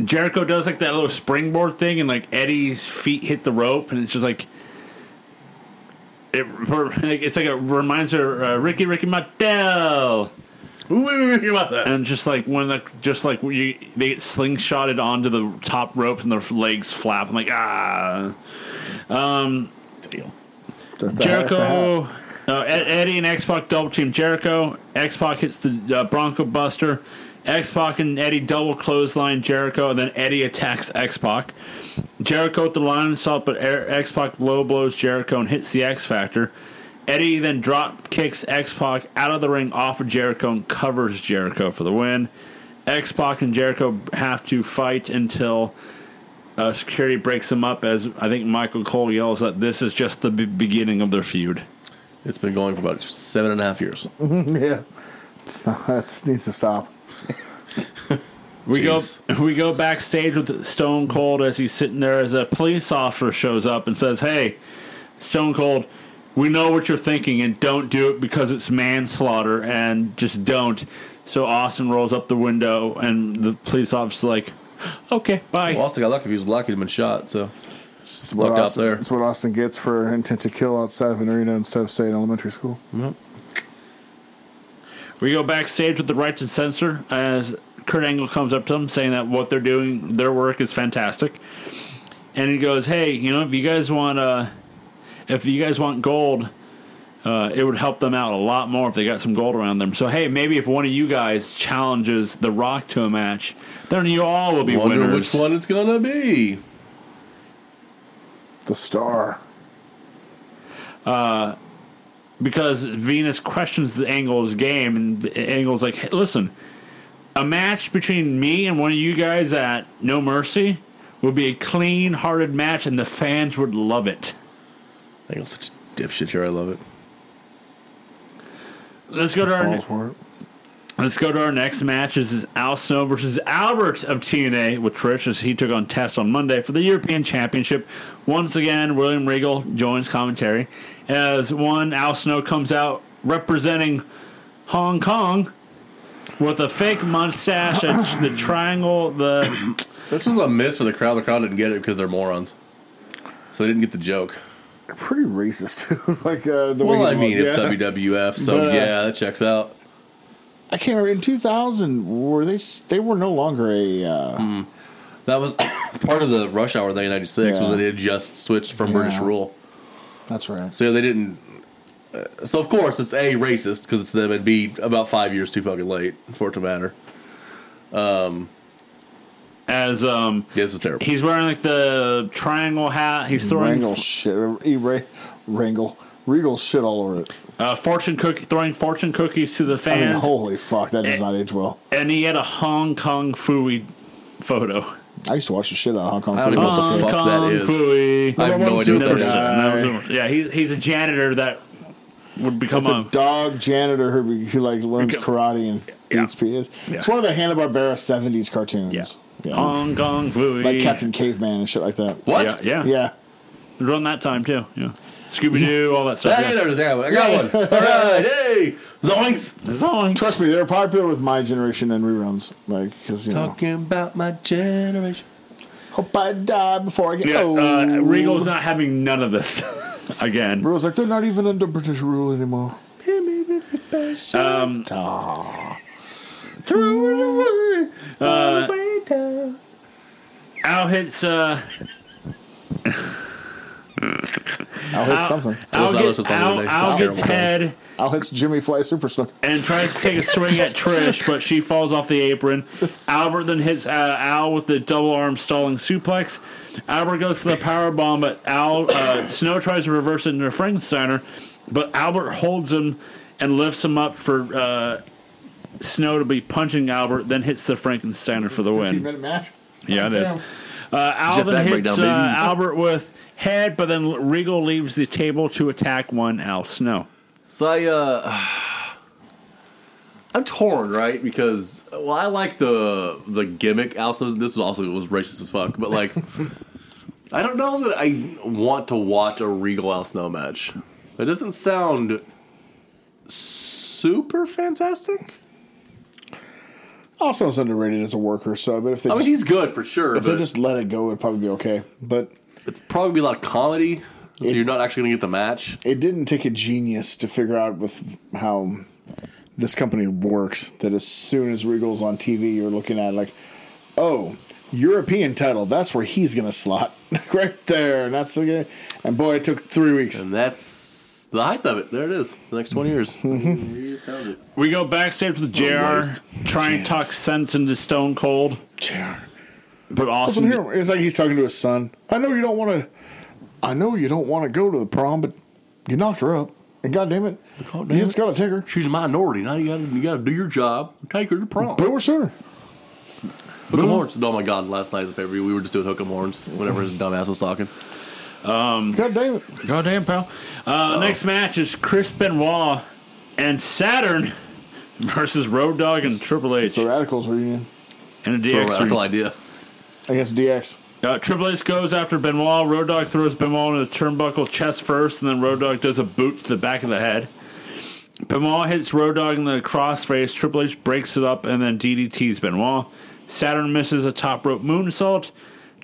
Speaker 1: Jericho does like that little springboard thing, and like Eddie's feet hit the rope, and it's just like it. like, It's like it reminds her uh, Ricky Ricky Martel, and just like when the just like when you they get slingshotted onto the top rope and their legs flap. I'm like ah. Um,
Speaker 3: Damn.
Speaker 2: That's a- that's a hat.
Speaker 1: Jericho. Uh, Ed- Eddie and X Pac double team Jericho. X Pac hits the uh, Bronco Buster. X Pac and Eddie double clothesline Jericho, and then Eddie attacks X Pac. Jericho with the lion assault, but E-, X Pac low blows Jericho and hits the X Factor. Eddie then drop kicks X Pac out of the ring off of Jericho and covers Jericho for the win. X Pac and Jericho have to fight until uh, security breaks them up as I think Michael Cole yells that this is just the b- beginning of their feud.
Speaker 3: It's been going for about seven and a half years.
Speaker 2: yeah. It's not, that needs to stop.
Speaker 1: We
Speaker 3: Jeez.
Speaker 1: go we go backstage with Stone Cold as he's sitting there as a police officer shows up and says, "Hey, Stone Cold, we know what you're thinking and don't do it because it's manslaughter and just don't." So Austin rolls up the window and the police officer's like, "Okay, bye."
Speaker 3: Well, Austin got lucky. If he was black, he'd have been shot. So
Speaker 2: It's what,
Speaker 3: Look out
Speaker 2: Austin,
Speaker 3: there.
Speaker 2: it's what Austin gets for intent to kill outside of an arena instead of, say, an elementary school.
Speaker 1: We go backstage with the right to censor as Kurt Angle comes up to them saying that what they're doing, their work is fantastic. And he goes, "Hey, you know, if you guys want, uh, if you guys want gold, uh, it would help them out a lot more if they got some gold around them. So hey, maybe if one of you guys challenges The Rock to a match, then you all will be
Speaker 3: wonder
Speaker 1: winners."
Speaker 3: which one it's gonna be.
Speaker 2: The star.
Speaker 1: because Venus questions the Angle's game, and the Angle's like, hey, "Listen, a match between me and one of you guys at No Mercy would be a clean-hearted match, and the fans would love it."
Speaker 3: I think I'm such a dipshit here. I love it.
Speaker 1: Let's go to our
Speaker 2: Falls for it.
Speaker 1: let's go to our next match. This is Al Snow versus Albert of TNA with Trish as he took on Test on Monday for the European Championship. Once again, William Regal joins commentary as one Al Snow comes out representing Hong Kong with a fake mustache, a, the triangle, the
Speaker 3: This was a miss for the crowd. The crowd didn't get it because they're morons. So they didn't get the joke.
Speaker 2: They're pretty racist, too. like, uh, the
Speaker 3: Well,
Speaker 2: way
Speaker 3: I
Speaker 2: he
Speaker 3: mean,
Speaker 2: looked,
Speaker 3: it's
Speaker 2: yeah.
Speaker 3: WWF, so
Speaker 2: But, uh,
Speaker 3: yeah, that checks out.
Speaker 2: I can't remember. In 2000, were they? s- They were no longer a. Uh,
Speaker 3: That was part of the rush hour thing in '96 was
Speaker 2: Yeah.
Speaker 3: that they had just switched from British
Speaker 2: Yeah.
Speaker 3: rule,
Speaker 2: That's right.
Speaker 3: so they didn't. uh, So of course it's a racist because it's them, and b about five years too fucking late for it to matter.
Speaker 1: as um
Speaker 3: Yeah, this was terrible.
Speaker 1: he's wearing like the triangle hat. He's throwing
Speaker 2: Wrangle shit. E- Ra- Wrangle. Regal shit all over it.
Speaker 1: uh, fortune cookie, throwing fortune cookies to the
Speaker 2: I mean,
Speaker 1: fans,
Speaker 2: holy fuck, that does
Speaker 1: Eh.
Speaker 2: not age well.
Speaker 1: and he had a Hong Kong fooey photo.
Speaker 2: I used to watch the shit out of Hong Kong.
Speaker 3: I don't
Speaker 2: food
Speaker 3: even
Speaker 2: as a
Speaker 3: know what
Speaker 1: Uh,
Speaker 3: the
Speaker 2: kid.
Speaker 3: fuck that is.
Speaker 1: Fooey.
Speaker 3: I have
Speaker 2: Number
Speaker 3: no
Speaker 2: one
Speaker 3: idea what
Speaker 1: Never
Speaker 3: that is.
Speaker 2: super guy.
Speaker 1: seen that. Yeah, he, he's a janitor that would become
Speaker 2: It's a
Speaker 1: a.
Speaker 2: dog janitor who, be- who like learns
Speaker 1: Okay.
Speaker 2: karate and
Speaker 1: Yeah.
Speaker 2: eats pe- It's
Speaker 1: Yeah. Um,
Speaker 2: one of the Hanna Barbera '70s cartoons.
Speaker 1: Hong Kong Fooey.
Speaker 2: like Captain Caveman and shit like that.
Speaker 3: What?
Speaker 1: Yeah, yeah.
Speaker 2: Yeah.
Speaker 1: Run that time too. Yeah. Scooby Doo, all that stuff.
Speaker 3: Hey,
Speaker 1: Yeah.
Speaker 3: there's that one. I got one. All right, hey, zoinks.
Speaker 1: It's all-
Speaker 2: Trust me, they're popular with my generation and reruns. Like, because you know,
Speaker 3: Talking about my generation.
Speaker 2: hope I die before I get
Speaker 1: Yeah,
Speaker 2: old.
Speaker 1: uh, Regal's not having none of this again.
Speaker 2: Regal's like they're not even under British rule anymore.
Speaker 1: Um,
Speaker 2: Ah.
Speaker 1: Al hits. Uh,
Speaker 2: I'll hit something.
Speaker 1: Al,
Speaker 3: Those others
Speaker 1: gets,
Speaker 3: that's on
Speaker 1: Al,
Speaker 3: the day.
Speaker 1: Al
Speaker 3: Terrible
Speaker 1: gets
Speaker 3: thing.
Speaker 1: head
Speaker 2: I'll hit Jimmy Fly Super Snook.
Speaker 1: and tries to take a swing at Trish, but she falls off the apron. Albert then hits uh, Al with the double arm stalling suplex. Albert goes for the power bomb, but Al uh, Snow tries to reverse it into a Frankensteiner, but Albert holds him and lifts him up for uh, Snow to be punching Albert. Then hits the Frankensteiner for the win.
Speaker 2: minute match.
Speaker 1: Yeah, it is.
Speaker 2: Damn.
Speaker 1: Uh, Alvin
Speaker 3: Back
Speaker 1: hits
Speaker 3: breakdown,
Speaker 1: uh,
Speaker 3: baby.
Speaker 1: Albert with head, but then Regal leaves the table to attack one Al Snow.
Speaker 3: So I, uh, I'm torn, right? Because well, I like the the gimmick. Also, this was also it was racist as fuck, but like, I don't know that I want to watch a Regal Al Snow match. It doesn't sound super fantastic.
Speaker 2: Austin was underrated as a worker, so I bet if they
Speaker 3: I mean,
Speaker 2: just,
Speaker 3: he's good for sure.
Speaker 2: if they
Speaker 3: but
Speaker 2: just let it go, it'd probably be okay. But
Speaker 3: it's probably be a lot of comedy, so you're not actually going to get the match.
Speaker 2: it didn't take a genius to figure out with how this company works that as soon as Regal's on TV, you're looking at like, oh, European title. That's where he's gonna slot right there, and that's the guy. And boy, it took three weeks.
Speaker 3: And that's the height of it. There it is. The next 20 years. We found it.
Speaker 1: We go backstage with JR,
Speaker 3: waste.
Speaker 1: trying to talk sense into Stone Cold,
Speaker 2: JR.
Speaker 1: but
Speaker 2: So
Speaker 1: Austin.
Speaker 2: here- It's like he's talking to his son. I know you don't want to. I know you don't want to go to the prom, but you knocked her up, and goddamn it,
Speaker 3: Goddamn
Speaker 2: you just
Speaker 3: it.
Speaker 2: gotta take her.
Speaker 3: She's a minority. Now you got to you got to do your job. Take her to prom.
Speaker 2: Boo or sooner.
Speaker 3: Hook 'em horns. Oh my god! Last night's pay per view, we were just doing hook 'em horns. Whenever his dumbass was talking. Mm.
Speaker 2: God damn it.
Speaker 1: Goddamn, pal. Uh, next match is Chris Benoit and Saturn versus Road Dog and Triple
Speaker 2: It's
Speaker 1: H
Speaker 2: the Radicals reunion
Speaker 1: and a
Speaker 3: Sort
Speaker 1: DX.
Speaker 3: of radical
Speaker 1: ring.
Speaker 3: idea.
Speaker 2: against DX.
Speaker 1: Uh, Triple H goes after Benoit. Road Dog throws Benoit into the turnbuckle chest first, and then Road Dog does a boot to the back of the head. Benoit hits Road Dog in the crossface. Triple H breaks it up, and then DDT's Benoit. Saturn misses a top rope moonsault.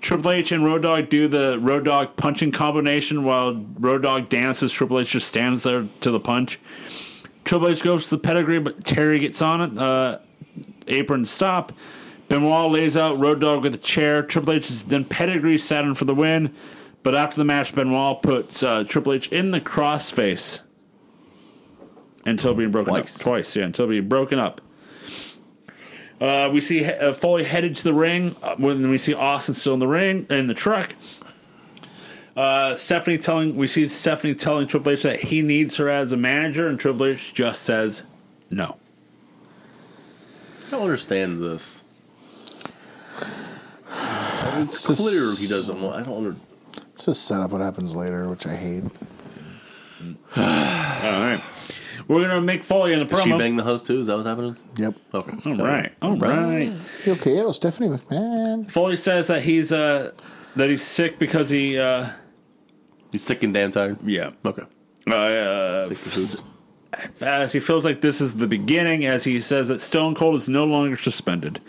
Speaker 1: Triple H and Road Dog do the Road Dog punching combination while Road Dog dances. Triple H just stands there to the punch. Triple H goes to the pedigree, but Terry gets on it. Uh, apron stop. Benoit lays out Road Dog with a chair. Triple H is then pedigree Saturn for the win. But after the match, Benoit puts uh, Triple H in the crossface until being broken
Speaker 3: Twice.
Speaker 1: up. Twice, yeah, until being broken up. Uh, we see uh, Foley headed to the ring. Uh, when we see Austin still in the ring in the truck. Uh, Stephanie telling we see Stephanie telling Triple H that he needs her as a manager, and Triple H just says no.
Speaker 3: I don't understand this.
Speaker 2: It's
Speaker 3: Clear he doesn't want. I don't. Under,
Speaker 2: It's just set up what happens later, which I hate.
Speaker 1: All right, we're gonna make Foley in a
Speaker 3: she
Speaker 1: promo.
Speaker 3: banged the host too. Is that what's happening?
Speaker 2: Yep.
Speaker 3: Okay. Uh,
Speaker 1: All right, all right.
Speaker 2: You okay, hello, Stephanie McMahon.
Speaker 1: Foley says that he's uh that he's sick because he uh
Speaker 3: He's sick and damn tired.
Speaker 1: yeah
Speaker 3: Okay.
Speaker 1: uh,
Speaker 3: Sick for food.
Speaker 1: as he feels like this is the beginning as he says that Stone Cold is no longer suspended.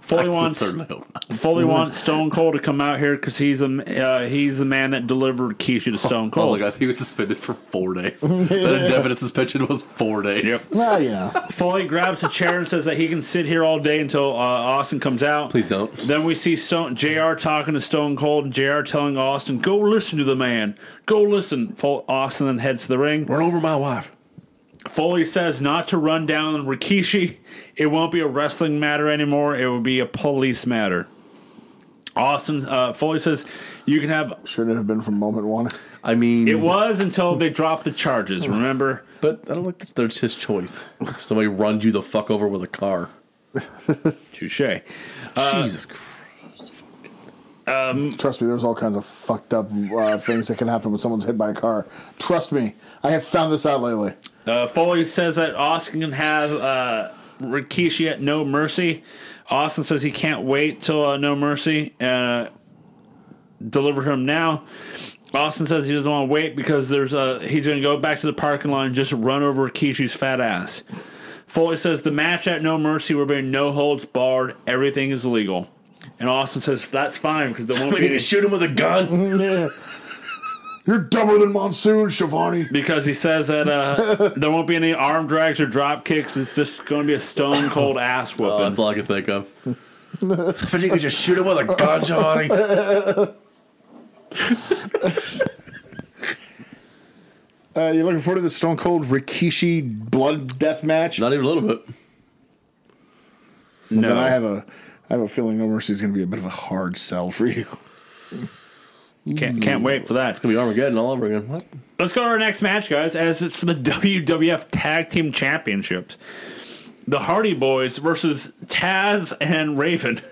Speaker 1: Foley wants
Speaker 3: Certainly hope not.
Speaker 1: Foley wants Stone Cold to come out here because he's the uh, he's the man that delivered Keisha to Stone
Speaker 3: Also,
Speaker 1: Cold.
Speaker 3: guys, he was suspended for four days. that indefinite suspension was four days.
Speaker 1: Yep.
Speaker 2: Well, you know.
Speaker 1: Foley grabs a chair and says that he can sit here all day until uh, Austin comes out.
Speaker 3: Please don't.
Speaker 1: Then we see Stone Jr. talking to Stone Cold and Jr. telling Austin, "Go listen to the man. Go listen." Fo- Austin then heads to the ring.
Speaker 3: Run over my wife.
Speaker 1: Foley says not to run down Rikishi. It won't be a wrestling matter anymore. It will be a police matter. Austin uh, Foley says you can have.
Speaker 2: Shouldn't have been from moment one.
Speaker 3: I mean,
Speaker 1: It was until they dropped the charges. Remember.
Speaker 3: but I don't think that's their, his choice. If somebody runs you the fuck over with a car.
Speaker 1: Touche.
Speaker 3: Jesus Christ.
Speaker 2: Trust me, there's all kinds of fucked up uh, things that can happen when someone's hit by a car. Trust me, I have found this out lately.
Speaker 1: Uh, Foley says that Austin can have uh, Rikishi at No Mercy. Austin says he can't wait till uh, No Mercy uh, deliver him now. Austin says he doesn't want to wait because there's uh he's going to go back to the parking lot and just run over Rikishi's fat ass. Foley says the match at No Mercy will be no holds barred. Everything is legal. And Austin says that's fine because there won't
Speaker 3: Somebody
Speaker 1: be
Speaker 3: gonna shoot him with a gun.
Speaker 2: You're dumber than Monsoon, Shivani.
Speaker 1: because he says that uh, there won't be any arm drags or drop kicks. It's just going to be a stone cold ass whooping.
Speaker 3: Oh, that's all I can think of. Somebody could just shoot him with a gun, Johnny.
Speaker 2: Uh, you looking forward to the Stone Cold Rikishi blood death match?
Speaker 3: Not even a little bit.
Speaker 2: no, I have a, I have a feeling No Mercy is going to be a bit of a hard sell for you.
Speaker 1: Can't, can't wait for that.
Speaker 3: It's gonna be Armageddon all over again. What?
Speaker 1: Let's go to our next match, guys, as it's for the WWF Tag Team Championships. The Hardy Boys versus Taz and Raven.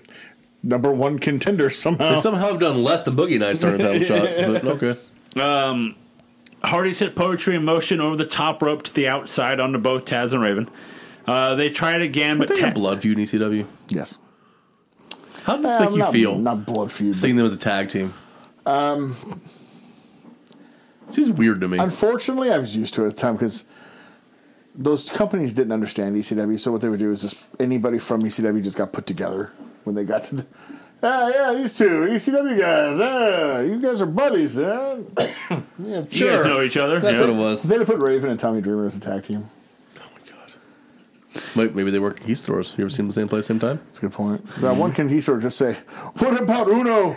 Speaker 2: Number one contender somehow.
Speaker 3: They somehow have done less than Boogie Nights during that shot, but okay.
Speaker 1: Hardy's hit poetry in motion over the top rope to the outside onto both Taz and Raven. Uh, they try it again, but
Speaker 3: They had
Speaker 1: Ta-
Speaker 3: a blood feud in ECW.
Speaker 2: Yes.
Speaker 3: How did this
Speaker 2: Uh,
Speaker 3: make you
Speaker 2: not,
Speaker 3: feel?
Speaker 2: Not blood feud. but-
Speaker 3: seeing them as a tag team. Um, seems weird to me.
Speaker 2: Unfortunately, I was used to it at the time because those companies didn't understand ECW, so what they would do is just anybody from ECW just got put together when they got to the. Ah, yeah, these two ECW guys. Ah, you guys are buddies. Ah. yeah,
Speaker 1: You guys
Speaker 3: Sure.
Speaker 1: know each other.
Speaker 3: That's
Speaker 1: yeah.
Speaker 3: what it was.
Speaker 2: They had to put Raven and Tommy Dreamer as a tag team.
Speaker 3: Wait, maybe they work at Keith stores. You ever seen them the same place, same time?
Speaker 2: That's a good point. Now, one can he sort of just say, "What about Uno?"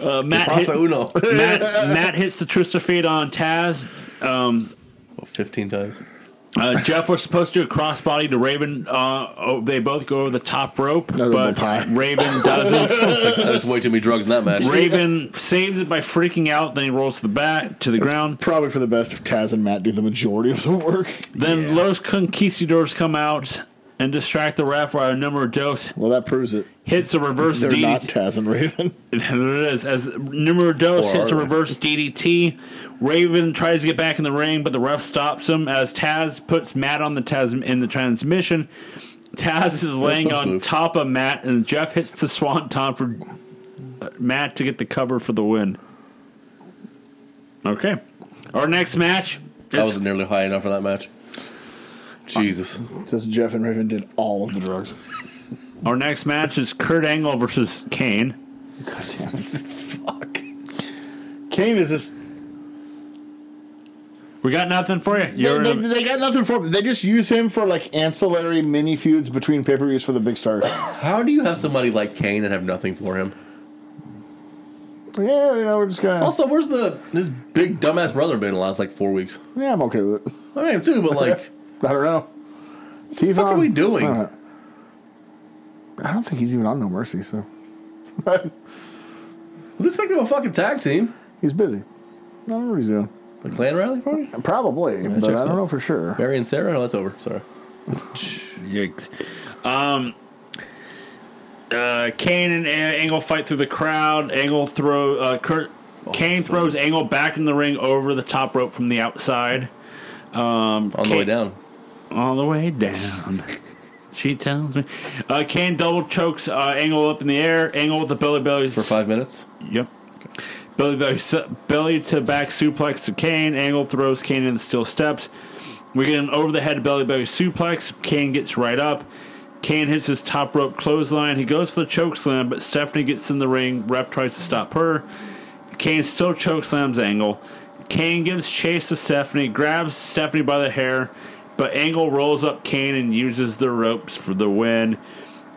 Speaker 1: Uh, Matt, hit,
Speaker 3: Pasta Uno.
Speaker 1: Matt, Matt hits the Trista feed on Taz. Um,
Speaker 3: Well, 15 times.
Speaker 1: uh, Jeff was supposed to do a crossbody to Raven. Uh, oh, they both go over the top rope,
Speaker 2: was
Speaker 1: but
Speaker 2: a pie.
Speaker 1: Raven doesn't.
Speaker 3: There's way too many drugs in that match.
Speaker 1: Raven saves it by freaking out. Then he rolls to the back to the ground.
Speaker 2: Probably for the best if Taz and Matt do the majority of the work.
Speaker 1: Then Los Conquistadors come out and distract the ref while number dos
Speaker 2: Well, that proves it.
Speaker 1: hits a reverse
Speaker 2: They're not
Speaker 1: DDT.
Speaker 2: Taz and Raven.
Speaker 1: There it is. As number dos
Speaker 3: Or
Speaker 1: hits a
Speaker 3: are they?
Speaker 1: reverse DDT, Raven tries to get back in the ring, but the ref stops him as Taz puts Matt on the Taz in the transmission. Taz is laying
Speaker 3: nice
Speaker 1: on
Speaker 3: move.
Speaker 1: top of Matt, and Jeff hits the swanton for uh, Matt to get the cover for the win. Okay. Our next match.
Speaker 3: I
Speaker 1: is-
Speaker 3: wasn't nearly high enough for that match. Jesus.
Speaker 2: Says Jeff and Raven did all of the drugs.
Speaker 1: Our next match is Kurt Angle versus Kane.
Speaker 2: God damn.
Speaker 3: Fuck.
Speaker 2: Kane is just.
Speaker 1: We got nothing for you.
Speaker 2: They,
Speaker 1: You're
Speaker 2: they,
Speaker 1: in a-
Speaker 2: they got nothing for him. They just use him for like ancillary mini feuds between pay per views for the big stars. yeah,
Speaker 3: How do you have somebody like Kane and have nothing for him?
Speaker 2: you know, we're just gonna.
Speaker 3: Also, where's the this big dumbass brother been the last like four weeks?
Speaker 2: yeah, I'm okay with it.
Speaker 3: I am too, but like,
Speaker 2: I don't know. See, what
Speaker 3: fuck are we doing?
Speaker 2: I don't think he's even on No Mercy, so.
Speaker 3: let's make them a fucking tag team.
Speaker 2: he's busy. I don't know what he's doing.
Speaker 3: The clan rally party.
Speaker 2: Probably, but I
Speaker 3: checks
Speaker 2: don't
Speaker 3: out.
Speaker 2: know for sure.
Speaker 3: Barry and Sarah. No, that's over. Sorry.
Speaker 1: Yikes. Um, uh, Kane and A- Angle fight through the crowd. Angle throw uh, Kurt.
Speaker 3: Oh,
Speaker 1: Kane throws Angle back in the ring over the top rope from the outside
Speaker 3: On the
Speaker 1: Kane-
Speaker 3: way down.
Speaker 1: all the way down. She tells me. Uh, Kane double chokes uh, Angle up in the air. Angle with the belly belly
Speaker 3: for five minutes.
Speaker 1: Yep. Belly, belly, su- belly to back suplex to Kane. Angle throws Kane in the steel steps. We get an over the head belly belly suplex. Kane gets right up. Kane hits his top rope clothesline. He goes for the choke slam, but Stephanie gets in the ring. Ref tries to stop her. Kane still choke slams Angle. Kane gives chase to Stephanie, grabs Stephanie by the hair, but Angle rolls up Kane and uses the ropes for the win.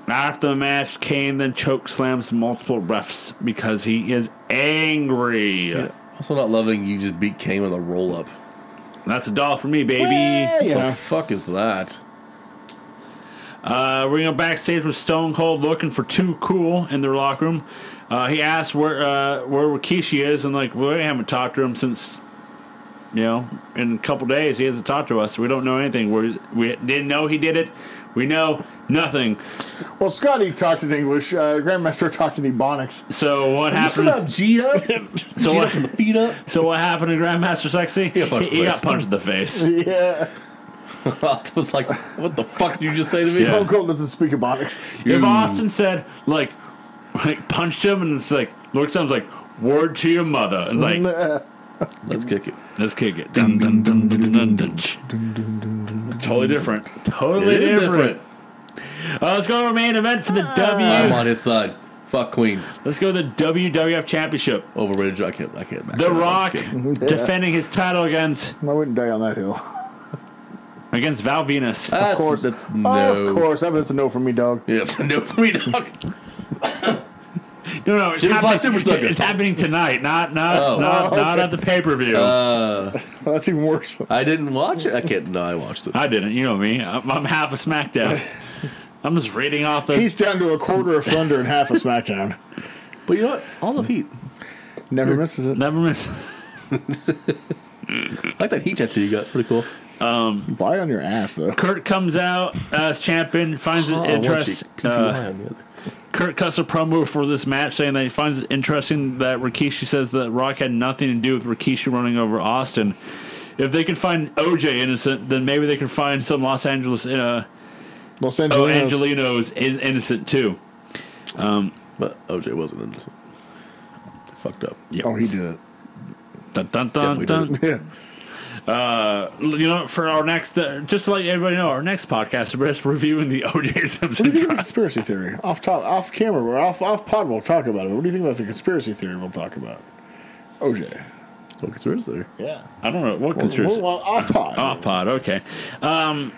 Speaker 1: After the match, Kane then choke slams multiple refs because he is angry.
Speaker 3: Also, not loving you just beat Kane with a roll up.
Speaker 1: That's a doll for me, baby.
Speaker 2: Yeah, you
Speaker 3: The
Speaker 2: know.
Speaker 3: fuck is that?
Speaker 1: Uh, we're going to backstage with Stone Cold looking for Too Cool in their locker room. Uh, he asks where uh, where Rikishi is, and like, well, we haven't talked to him since, you know, in a couple days. He hasn't talked to us. We don't know anything. We're, we didn't know he did it. We know nothing.
Speaker 2: Well, Scotty talked in English. Uh, Grandmaster talked in Ebonics.
Speaker 1: So what
Speaker 3: Listen
Speaker 1: happened?
Speaker 3: up, Gita.
Speaker 1: So
Speaker 3: Gita
Speaker 1: what,
Speaker 3: from the feet up.
Speaker 1: so what happened to Grandmaster Sexy? He
Speaker 3: got punched Mm. in the
Speaker 1: got
Speaker 3: face.
Speaker 1: punched in the face.
Speaker 2: Yeah.
Speaker 3: Austin was like, "What the fuck did you just say to me?"
Speaker 1: Yeah.
Speaker 2: Stone Cold doesn't speak Ebonics.
Speaker 1: If Austin said like like punched him and it's like looks at him's like word to your mother and it's
Speaker 3: Mm.
Speaker 1: like
Speaker 3: Let's kick it.
Speaker 1: let's kick it. Dun, dun, dun, dun, dun, dun, dun. Totally different. Mm. Totally
Speaker 3: It is
Speaker 1: different.
Speaker 3: different.
Speaker 1: Uh, let's go to our main event for the
Speaker 2: Ah.
Speaker 3: I'm
Speaker 1: W.
Speaker 3: on his side. Fuck Queen.
Speaker 1: Let's go to the WWF Championship.
Speaker 3: Overrated. I can't. I can't. I
Speaker 1: The
Speaker 3: can't-
Speaker 1: Rock
Speaker 3: I'm just kidding.
Speaker 1: defending his title against
Speaker 2: I wouldn't die on that hill.
Speaker 1: against Val Venus.
Speaker 3: That's-
Speaker 2: course.
Speaker 3: That's
Speaker 2: Oh,
Speaker 3: no.
Speaker 2: of course. I bet it's a no from me, dog.
Speaker 3: Yes, no for me, dog.
Speaker 1: No, no, it's,
Speaker 3: Jimmy Fly
Speaker 1: happening,
Speaker 3: Super Snooker.
Speaker 1: it's happening tonight. Not not
Speaker 3: Oh. Uh.
Speaker 1: not,
Speaker 2: Oh,
Speaker 1: not
Speaker 2: okay.
Speaker 1: at the pay per view.
Speaker 2: Well, that's even worse.
Speaker 3: I didn't watch it. I can't. No, I watched it.
Speaker 1: I didn't. You know me. I'm, I'm half a SmackDown. I'm just reading off the.
Speaker 2: He's down to a quarter of Thunder and half of SmackDown.
Speaker 3: But you know what? All the heat.
Speaker 2: Never misses it.
Speaker 1: Never miss.
Speaker 3: I like that heat tattoo you got. Pretty cool.
Speaker 2: Why on your ass, though?
Speaker 1: Kurt comes out as champion, finds it
Speaker 3: Oh, one
Speaker 1: interesting.
Speaker 3: cheek,
Speaker 1: Uh,
Speaker 3: PPY on the other.
Speaker 1: Kurt cuts a promo for this match, saying that he finds it interesting that Rikishi says that Rock had nothing to do with Rikishi running over Austin. If they can find OJ innocent, then maybe they can find some Los Angeles uh,
Speaker 2: Los
Speaker 1: oh,
Speaker 2: Angeles.
Speaker 1: Angelinos in- innocent too.
Speaker 3: But OJ wasn't innocent. Fucked up.
Speaker 2: Oh, he did it.
Speaker 1: Dun, dun, dun,
Speaker 3: Definitely
Speaker 1: dun.
Speaker 2: Yeah.
Speaker 1: You know, for our next, uh, just to let everybody know, our next podcast, we're just reviewing the OJ
Speaker 2: What do you
Speaker 1: Simpson
Speaker 2: think of
Speaker 1: trial.
Speaker 2: conspiracy theory? Off top, off camera, we're off off pod. We'll talk about it. What do you think about the conspiracy theory? We'll talk about OJ.
Speaker 3: What conspiracy there?
Speaker 2: Yeah.
Speaker 1: I don't know what
Speaker 2: Well,
Speaker 1: conspiracy.
Speaker 2: well, off pod.
Speaker 1: Off pod, okay. Um,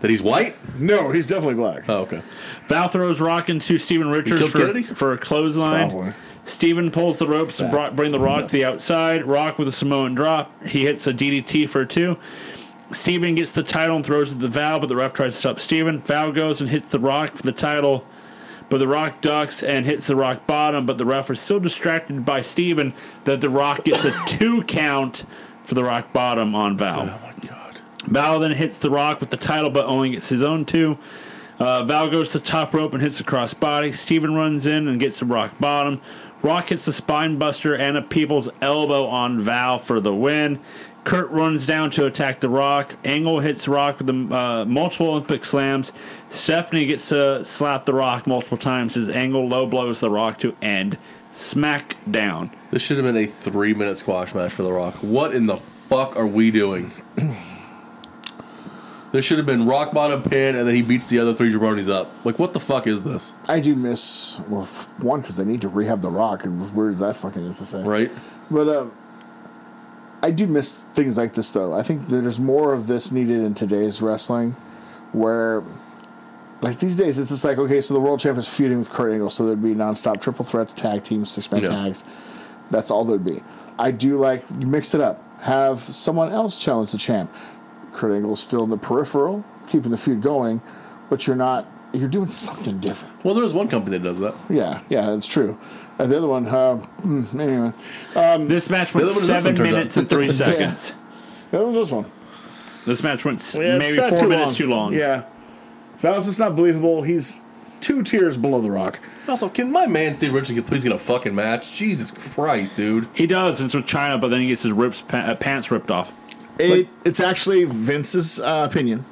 Speaker 3: That he's white?
Speaker 2: No, he's definitely black.
Speaker 3: Oh, okay.
Speaker 1: Val throws rock into Stephen Richards
Speaker 3: killed
Speaker 1: for,
Speaker 3: Kennedy?
Speaker 1: for a clothesline.
Speaker 2: Probably.
Speaker 1: Stephen pulls the ropes and brought, bring the rock to the outside. Rock with a Samoan drop. He hits a DDT for a two. Stephen gets the title and throws it to the Val, but the ref tries to stop Stephen. Val goes and hits the rock for the title, but the rock ducks and hits the rock bottom, but the ref is still distracted by Stephen that the rock gets a two count for the rock bottom on Val.
Speaker 3: Oh, my God.
Speaker 1: Val then hits the rock with the title, but only gets his own two. Uh, Val goes to top rope and hits the crossbody. Steven runs in and gets the rock bottom. Rock hits the spine buster and a people's elbow on Val for the win. Kurt runs down to attack the rock. Angle hits rock with the, uh, multiple Olympic slams. Stephanie gets to slap the rock multiple times as Angle low blows the rock to end SmackDown.
Speaker 3: This should have been a three minute squash match for The Rock. What in the fuck are we doing? This should have been rock bottom pin, and then he beats the other three jabronis up. Like, what the fuck is this?
Speaker 2: I do miss well, f- one because they need to rehab the Rock, and where does that fucking is to say?
Speaker 3: Right?
Speaker 2: But um, I do miss things like this, though. I think that there's more of this needed in today's wrestling, where like these days it's just like okay, so the world champ is feuding with Kurt Angle, so there'd be nonstop triple threats, tag teams, six man
Speaker 3: Yeah.
Speaker 2: tags. That's all there'd be. I do like you mix it up, have someone else challenge the champ. Kurt Angle's still in the peripheral, keeping the feud going, but you're not. You're doing something different.
Speaker 3: Well, there's one company that does that.
Speaker 2: Yeah, yeah, that's true. Uh, the other one, uh, mm, anyway,
Speaker 1: This match went
Speaker 3: Yeah, that was- this one
Speaker 1: seven
Speaker 3: turns out.
Speaker 1: minutes and three
Speaker 2: Yeah.
Speaker 1: seconds.
Speaker 2: that was this one.
Speaker 1: This match went s-
Speaker 2: Yeah,
Speaker 1: maybe
Speaker 2: it's not
Speaker 1: four minutes too long.
Speaker 2: Yeah, that was just not believable. He's two tiers below the rock.
Speaker 3: Also, can my man Steve Richards please get a fucking match? Jesus Christ, dude.
Speaker 1: He does. It's with China, but then he gets his rips, pa- uh, pants ripped off.
Speaker 2: It, it's actually Vince's uh, opinion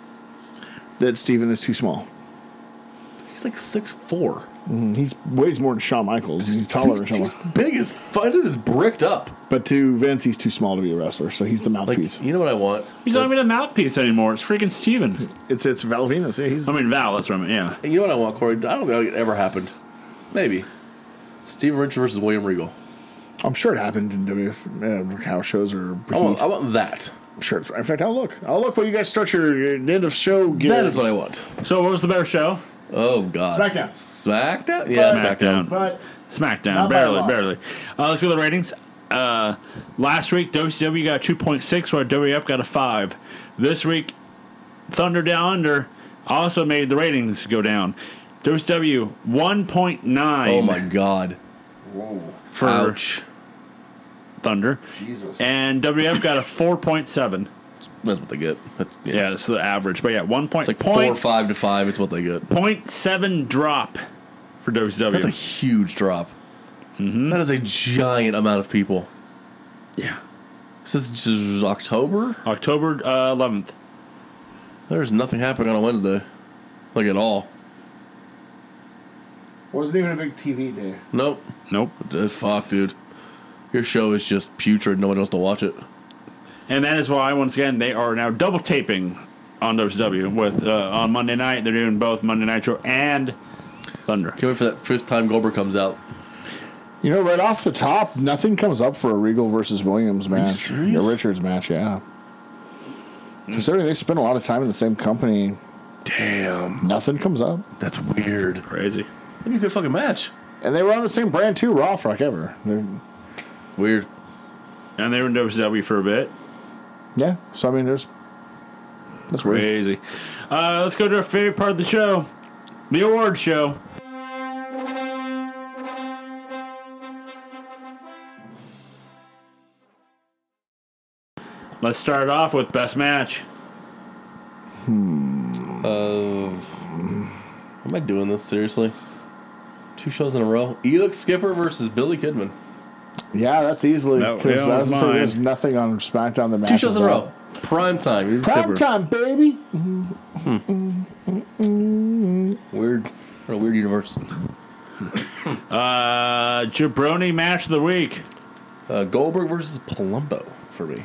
Speaker 2: that Steven is too small.
Speaker 3: He's like six four.
Speaker 2: He's weighs more than Shawn Michaels. He's taller than Shawn
Speaker 3: He's
Speaker 2: Michaels.
Speaker 3: big as fuck. Dude is bricked up.
Speaker 2: But to Vince, he's too small to be a wrestler, so he's the
Speaker 3: Like,
Speaker 2: mouthpiece.
Speaker 3: you know what I want?
Speaker 1: He's not even a mouthpiece anymore. It's freaking Steven.
Speaker 2: it's it's Val Venus. Yeah, he's
Speaker 1: I mean, Val, that's what I mean. Yeah.
Speaker 3: You know what I want, Corey? I don't know it ever happened. Maybe. Steve Richards versus William Regal.
Speaker 2: I'm sure it happened in WF uh, house shows or.
Speaker 3: I want,
Speaker 2: Heat.
Speaker 3: I want that.
Speaker 2: I'm sure it's right. In fact, I'll look. I'll look when you guys start your, your end of show. Gear.
Speaker 3: That is what I want.
Speaker 1: So, what was the better show?
Speaker 3: Oh, God.
Speaker 2: SmackDown.
Speaker 3: SmackDown? Yeah, SmackDown.
Speaker 2: But
Speaker 1: SmackDown.
Speaker 2: Not by a
Speaker 1: Barely,
Speaker 2: lot.
Speaker 1: barely. Uh, let's go to the ratings. Uh, last week, WCW got a 2.6, while WF E got a 5. This week, Thunder Down Under also made the ratings go down. WCW 1.9
Speaker 3: Oh, my God.
Speaker 1: for
Speaker 3: Ouch.
Speaker 1: Thunder.
Speaker 2: Jesus.
Speaker 1: And WF got a 4.7.
Speaker 3: That's what they get. That's, yeah.
Speaker 1: Yeah, that's the average. But yeah, one point,
Speaker 3: It's like
Speaker 1: point-
Speaker 3: four or five to five. It's what they get.
Speaker 1: point seven drop for WCW.
Speaker 3: That's a huge drop. That is a giant amount of people.
Speaker 1: yeah.
Speaker 3: Since j- October,
Speaker 1: October uh, 11th.
Speaker 3: there's nothing happening on a Wednesday. Like at all.
Speaker 2: wasn't even a big TV day.
Speaker 3: Nope.
Speaker 1: Nope.
Speaker 3: Uh, Fuck, dude. Your show is just putrid. No one wants to watch it.
Speaker 1: And that is why, once again, they are now double taping on WCW with uh, on Monday night. They're doing both Monday Nitro and Thunder.
Speaker 3: Can't wait for that first time Goldberg comes out.
Speaker 2: You know, right off the top, nothing comes up for a Regal versus Williams match.
Speaker 3: serious?
Speaker 2: A Richards match, yeah. Considering they spend a lot of time in the same company,
Speaker 3: Damn,
Speaker 2: nothing comes up.
Speaker 3: that's weird.
Speaker 1: Crazy.
Speaker 3: That'd be a good fucking match.
Speaker 2: And they were on the same brand too, Raw for like ever. They're-
Speaker 3: Weird.
Speaker 1: And they were in WCW for a bit.
Speaker 2: yeah, so I mean, there's that's weird.
Speaker 1: Crazy. Uh, let's go to our favorite part of the show the award show. Let's start off with best match.
Speaker 3: Uh, am I doing this seriously? Two shows in a row. Elix Skipper versus Billy Kidman.
Speaker 2: Yeah, that's easily
Speaker 1: No,
Speaker 2: because
Speaker 1: yeah,
Speaker 2: I was gonna say
Speaker 1: mine.
Speaker 2: there's nothing on SmackDown. The match
Speaker 3: Two shows in a row. Prime time. Elix Skipper.
Speaker 2: Prime time, baby.
Speaker 3: Weird. What a weird universe.
Speaker 1: Uh, jabroni match of the week.
Speaker 3: Uh, Goldberg versus Palumbo for me.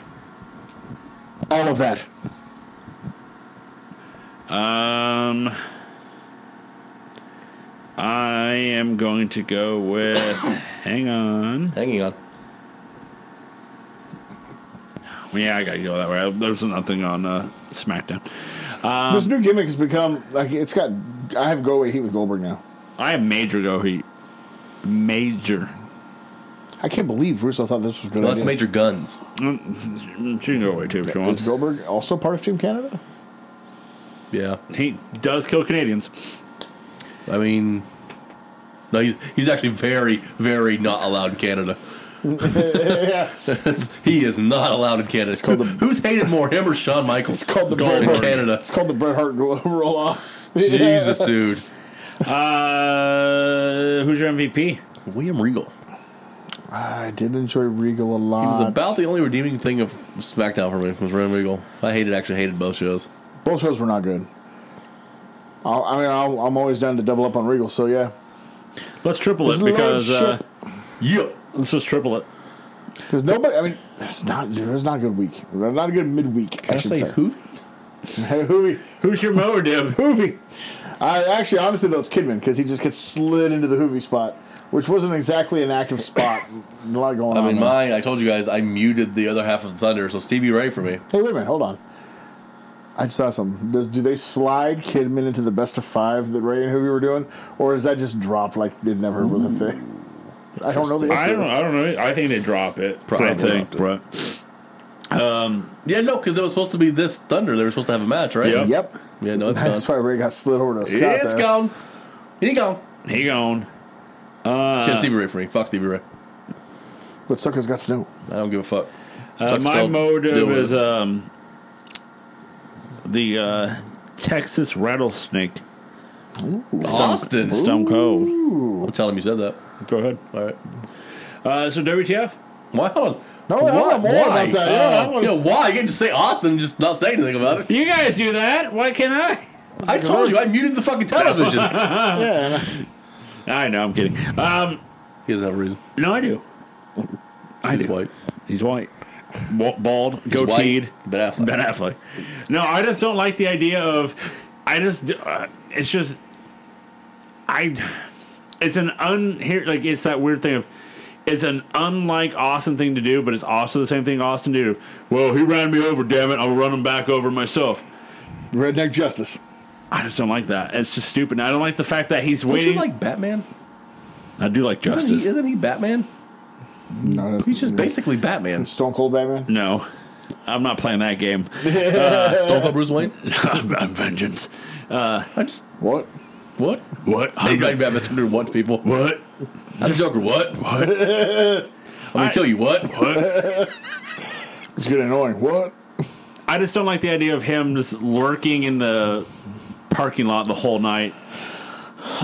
Speaker 2: All of that.
Speaker 1: Um, I am going to go with. hang on.
Speaker 3: Hanging on.
Speaker 1: Yeah, I gotta go that way. There's nothing on uh, SmackDown.
Speaker 2: this new gimmick has become like it's got. I have go away heat with Goldberg now.
Speaker 1: I have major go heat. Major.
Speaker 2: I can't believe Russo thought this was going
Speaker 3: Well,
Speaker 2: to.
Speaker 3: that's Major Guns.
Speaker 1: Mm, She can go away too if she
Speaker 2: Is
Speaker 1: wants.
Speaker 2: Goldberg also part of Team Canada?
Speaker 3: Yeah.
Speaker 1: He does kill Canadians.
Speaker 3: I mean, no, he's he's actually very, very not allowed in Canada.
Speaker 2: yeah.
Speaker 3: He is not allowed in Canada.
Speaker 2: called the-
Speaker 3: Who's hated more, him or Shawn Michaels?
Speaker 2: It's called the
Speaker 3: Gold
Speaker 2: Bret
Speaker 3: in
Speaker 2: Hart.
Speaker 3: Canada.
Speaker 2: It's called the Bret Hart roll- roll off.
Speaker 3: Jesus, dude.
Speaker 1: Uh, who's your MVP?
Speaker 3: William Regal.
Speaker 2: I did enjoy Regal a lot.
Speaker 3: He was about the only redeeming thing of SmackDown for me was William Regal. I hated, actually hated both shows.
Speaker 2: Both shows were not good. i I mean, I'll, I'm always down to double up on Regal, so yeah.
Speaker 1: Let's triple
Speaker 2: This
Speaker 1: it
Speaker 2: is
Speaker 1: because
Speaker 2: large
Speaker 1: uh,
Speaker 2: shit.
Speaker 3: Yeah.
Speaker 1: let's just triple it.
Speaker 2: Because nobody, I mean, it's not, it's not a good week. Not a good midweek, I,
Speaker 3: I
Speaker 2: should
Speaker 3: say
Speaker 2: say.
Speaker 3: who?
Speaker 2: Hoovy.
Speaker 1: Who's your mower, Dib?
Speaker 2: Hoovy. I actually, honestly, though, it's Kidman because he just gets slid into the Hoovy spot, which wasn't exactly an active spot. a lot going
Speaker 3: I
Speaker 2: on.
Speaker 3: mean,
Speaker 2: there.
Speaker 3: mine, I told you guys, I muted the other half of Thunder, so Stevie Ray for me.
Speaker 2: Hey, wait a minute, hold on. I just saw something. Does do they slide Kidman into the best of five that Ray and Hoovy were doing, or is that just drop like it never was a thing? I don't know. The
Speaker 1: I
Speaker 2: answer to
Speaker 1: don't.
Speaker 2: this.
Speaker 1: I don't know. I think they drop it.
Speaker 3: Probably
Speaker 1: I think, but
Speaker 3: Yeah, no, because it was supposed to be this Thunder. They were supposed to have a match, right?
Speaker 1: Yep.
Speaker 2: Yep.
Speaker 3: Yeah, no, it's gone.
Speaker 2: That's
Speaker 3: It's
Speaker 2: why Ray got slid over to Scott. there.
Speaker 3: gone. He gone.
Speaker 1: he gone. Uh,
Speaker 3: She had Stevie Ray for me. Fuck Stevie Ray.
Speaker 2: But Sucker's got snow.
Speaker 3: I don't give a fuck.
Speaker 1: Uh,
Speaker 3: Suck it,
Speaker 1: my
Speaker 3: don't deal
Speaker 1: motive
Speaker 3: with
Speaker 1: is
Speaker 3: it.
Speaker 1: um, the uh, Texas rattlesnake. uh,
Speaker 3: Austin.
Speaker 1: Stone Cold.
Speaker 3: I'm telling him you said that.
Speaker 1: Go ahead.
Speaker 3: All right.
Speaker 1: Uh, so WTF?
Speaker 3: Why? Hold on.
Speaker 2: No, I want more about that. Yeah, I
Speaker 3: yeah, why? You can't just say Austin and just not say anything about it.
Speaker 1: You guys do that. Why can't I?
Speaker 3: I told you, I muted the fucking television.
Speaker 2: Yeah,
Speaker 1: I know. I'm kidding. Um,
Speaker 3: he doesn't have a reason.
Speaker 1: no, I do. I
Speaker 3: He's
Speaker 1: do.
Speaker 3: white.
Speaker 1: He's white. Wa- Bald,
Speaker 3: He's white.
Speaker 1: goateed.
Speaker 3: Ben Affleck.
Speaker 1: Ben Affleck. No, I just don't like the idea of. I just. Uh, it's just. I. It's an un here like it's that weird thing of. It's an unlike Austin thing to do, but it's also the same thing Austin do. Well, he ran me over, damn it! I'll run him back over myself.
Speaker 3: Oh.
Speaker 2: Redneck Justice.
Speaker 1: I just don't like that. It's just stupid. And I don't like the fact that he's
Speaker 3: Don't you
Speaker 1: waiting.
Speaker 3: like Batman?
Speaker 1: I do like
Speaker 3: Isn't he,
Speaker 1: justice.
Speaker 3: isn't he Batman?
Speaker 2: No,
Speaker 3: He's just basically Batman.
Speaker 2: Stone Cold Batman.
Speaker 1: No, I'm not playing that game.
Speaker 3: Stone Cold Bruce Wayne?
Speaker 1: I'm, I'm vengeance.
Speaker 3: I just.
Speaker 2: What?
Speaker 3: What?
Speaker 1: What?
Speaker 3: Hey,
Speaker 1: I'm
Speaker 3: like Batman Thunder, what people?
Speaker 1: what?
Speaker 3: I'm the Joker, what? What? I'm gonna kill you, what?
Speaker 2: It's getting annoying. What?
Speaker 1: I just don't like the idea of him just lurking in the parking lot the whole night.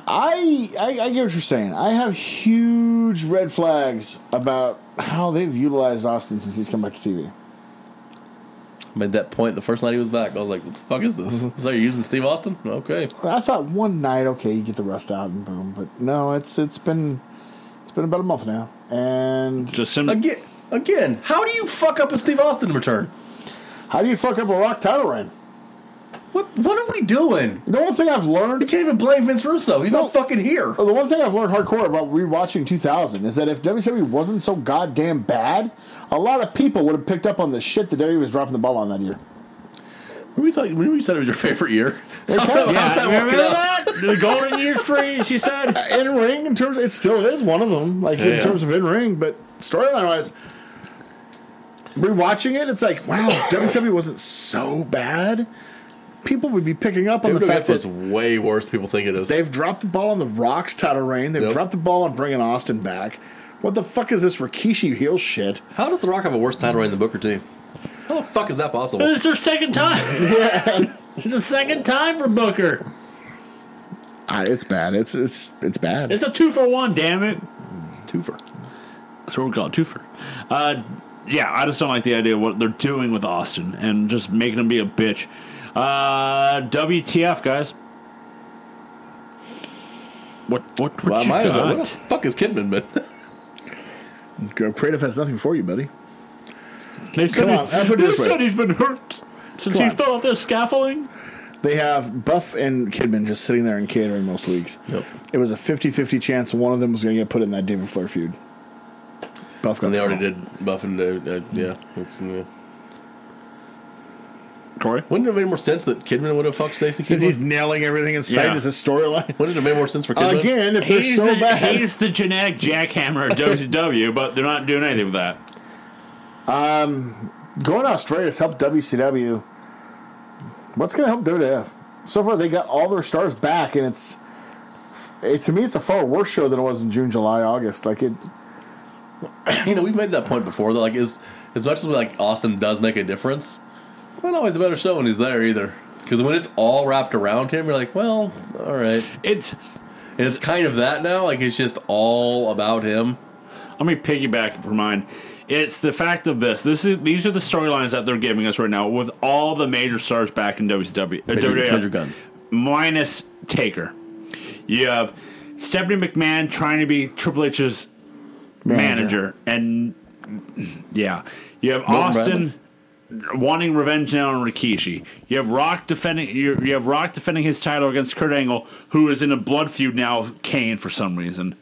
Speaker 2: I, I I get what you're saying. I have huge red flags about how they've utilized Austin since he's come back to TV.
Speaker 3: I at that point, the first night he was back, I was like, what the fuck is this? So you're using Steve Austin? Okay.
Speaker 2: I thought one night, okay, you get the rust out and boom, but no, it's it's been it's been about a month now, and
Speaker 1: Just some.
Speaker 3: Again, again, how do you fuck up a Steve Austin return?
Speaker 2: how do you fuck up a Rock title reign?
Speaker 3: What What are we doing?
Speaker 2: The only thing I've
Speaker 3: You
Speaker 2: learned,
Speaker 3: can't even blame Vince Russo. He's
Speaker 2: No.
Speaker 3: not fucking here.
Speaker 2: the one thing I've learned hardcore about rewatching 2000 is that if WWE wasn't so goddamn bad, a lot of people would have picked up on the shit that WWE was dropping the ball on that year.
Speaker 3: Remember you, thought, remember you said it was your favorite year? How's
Speaker 2: kinda-
Speaker 1: yeah,
Speaker 3: that, how's that
Speaker 1: remember
Speaker 3: working out?
Speaker 1: that? The golden years tree, she said.
Speaker 2: Uh, in ring in terms it still is one of them like in
Speaker 1: Yeah.
Speaker 2: terms of in ring but storyline wise rewatching it it's like wow if WWE wasn't so bad people would be picking up on the fact
Speaker 3: was
Speaker 2: that
Speaker 3: way worse than people think it is.
Speaker 2: they've dropped the ball on the Rock's title reign they've
Speaker 3: Yep.
Speaker 2: dropped the ball on bringing Austin back what the fuck is this Rikishi heel shit
Speaker 3: How does The Rock have a worse title reign than Booker T? How the fuck is that possible?
Speaker 1: It's her second time. It's the second time for Booker.
Speaker 2: Ah, it's bad it's it's it's bad
Speaker 1: It's a two for one. Damn it.
Speaker 3: Twofer.
Speaker 1: That's what we call it, twofer. Uh, yeah, I just don't like the idea of what they're doing with Austin and just making him be a bitch. Uh, WTF, guys. What what, what
Speaker 3: Well,
Speaker 1: you
Speaker 3: mine is
Speaker 1: got?
Speaker 3: like, what the fuck is Kidman been?
Speaker 2: Go- Creative has nothing for you, buddy.
Speaker 1: They said,
Speaker 2: Come on,
Speaker 1: he,
Speaker 2: I put it
Speaker 1: they
Speaker 2: this way.
Speaker 1: said he's been hurt since
Speaker 2: Come
Speaker 1: he
Speaker 2: on.
Speaker 1: fell off that scaffolding.
Speaker 2: They have Buff and Kidman just sitting there and catering most weeks.
Speaker 3: Yep.
Speaker 2: It was a 50 50 chance one of them was going to get put in that David Flair feud. Buff got
Speaker 3: And they
Speaker 2: the
Speaker 3: already
Speaker 2: call.
Speaker 3: did Buff and uh, uh, yeah. That's- yeah.
Speaker 1: Corey?
Speaker 3: Wouldn't it have made more sense that Kidman would have fucked Stacy
Speaker 2: Since he's
Speaker 3: Kidman?
Speaker 2: nailing everything in sight
Speaker 1: Yeah.
Speaker 2: as a storyline.
Speaker 3: Wouldn't it have made more sense for Kidman?
Speaker 2: Again, if they're
Speaker 1: He's,
Speaker 2: so
Speaker 1: the,
Speaker 2: bad.
Speaker 1: he's the genetic jackhammer of WCW, but they're not doing anything with that.
Speaker 2: Going to Australia has helped WCW. What's going to help WWF? So far, they got all their stars back, and it's. It, to me, it's a far worse show than it was in June, July, August. Like it,
Speaker 3: You know, we've made that point before. That like, is as much as we like Austin does make a difference, it's not always a better show when he's there either. Because when it's all wrapped around him, you're like, well, all right.
Speaker 1: It's
Speaker 3: And it's kind of that now. Like it's just all about him.
Speaker 1: let me piggyback for mine. It's the fact of this. This is these are the storylines that they're giving us right now with all the major stars back in WCW. uh,
Speaker 3: Major,
Speaker 1: WWF.
Speaker 3: major guns.
Speaker 1: minus Taker. You have Stephanie McMahon trying to be Triple H's manager, and yeah, you have Austin wanting revenge now on Rikishi. You have Rock defending you, you have Rock defending his title against Kurt Angle, who is in a blood feud now with Kane for some reason.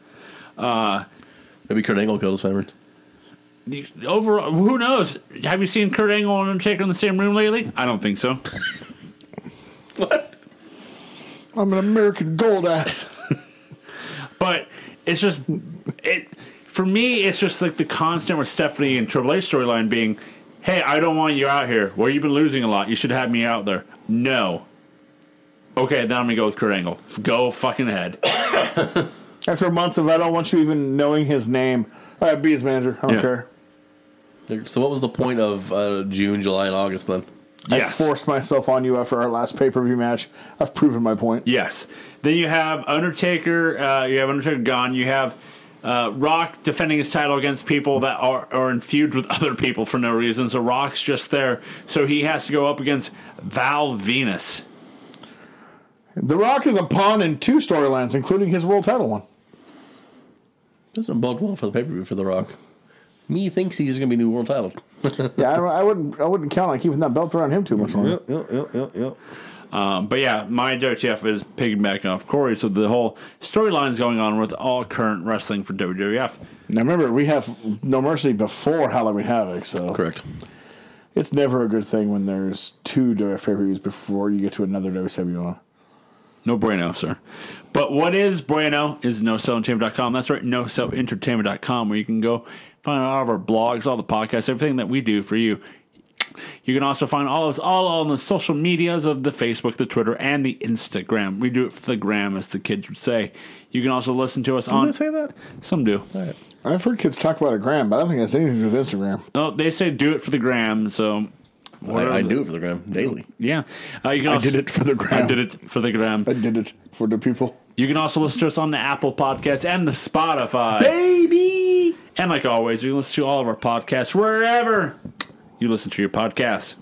Speaker 3: Maybe Kurt Angle killed his favorite.
Speaker 1: The- Overall, who knows? Have you seen Kurt Angle and Undertaker in the same room lately? I don't think so.
Speaker 2: I'm an American gold ass.
Speaker 1: But it's just it for me. It's just like the constant with Stephanie and Triple H storyline being, "Hey, I don't want you out here. Well, you've been losing a lot. You should have me out there." No. Okay, then I'm gonna go with Kurt Angle. Go fucking ahead.
Speaker 2: After months of I don't want you even knowing his name. All right, be his manager. I don't
Speaker 1: Yeah.
Speaker 2: care.
Speaker 3: So what was the point of uh, June, July, and August then?
Speaker 1: yes.
Speaker 2: I forced myself on you after our last pay per view match. I've proven my point.
Speaker 1: Yes. Then you have Undertaker. Uh, you have Undertaker gone. You have uh, Rock defending his title against people that are, are in feud with other people for no reason. So Rock's just there. So he has to go up against Val Venus.
Speaker 2: The Rock is a pawn in two storylines, including his world title one.
Speaker 3: Doesn't bode well for the pay per view for The Rock. Me thinks he's going to be new world title.
Speaker 2: Yeah, I, don't- I wouldn't. I wouldn't count on keeping that belt around him too much longer.
Speaker 3: yep, yep, yep, yep.
Speaker 1: Um, but yeah, my WTF is piggybacking off Corey. So the whole storyline's going on with all current wrestling for WWF.
Speaker 2: Now remember, we have No Mercy before Halloween Havoc, so
Speaker 3: Correct.
Speaker 2: it's never a good thing when there's two WF pay per views before you get to another WCW one.
Speaker 1: No bueno, sir. But what is bueno is nocellentertainment.com. That's right, nocellentertainment.com, where you can go find all of our blogs, all the podcasts, everything that we do for you. You can also find all of us all on the social medias of the Facebook, the Twitter, and the Instagram. We do it for the gram, as the kids would say. You can also listen to us on.
Speaker 3: that?
Speaker 1: Some do.
Speaker 2: I've heard kids talk about a gram, but I don't think that's anything to do with Instagram.
Speaker 1: Oh, they say do it for the gram. So
Speaker 3: I, I do it for the gram daily.
Speaker 1: Yeah, uh, you can.
Speaker 2: I
Speaker 1: also,
Speaker 2: did it for the gram.
Speaker 1: I did it for the gram.
Speaker 2: I did it for the people.
Speaker 1: You can also listen to us on the Apple Podcast and the Spotify.
Speaker 3: Baby.
Speaker 1: And like always, you can listen to all of our podcasts wherever you listen to your podcasts.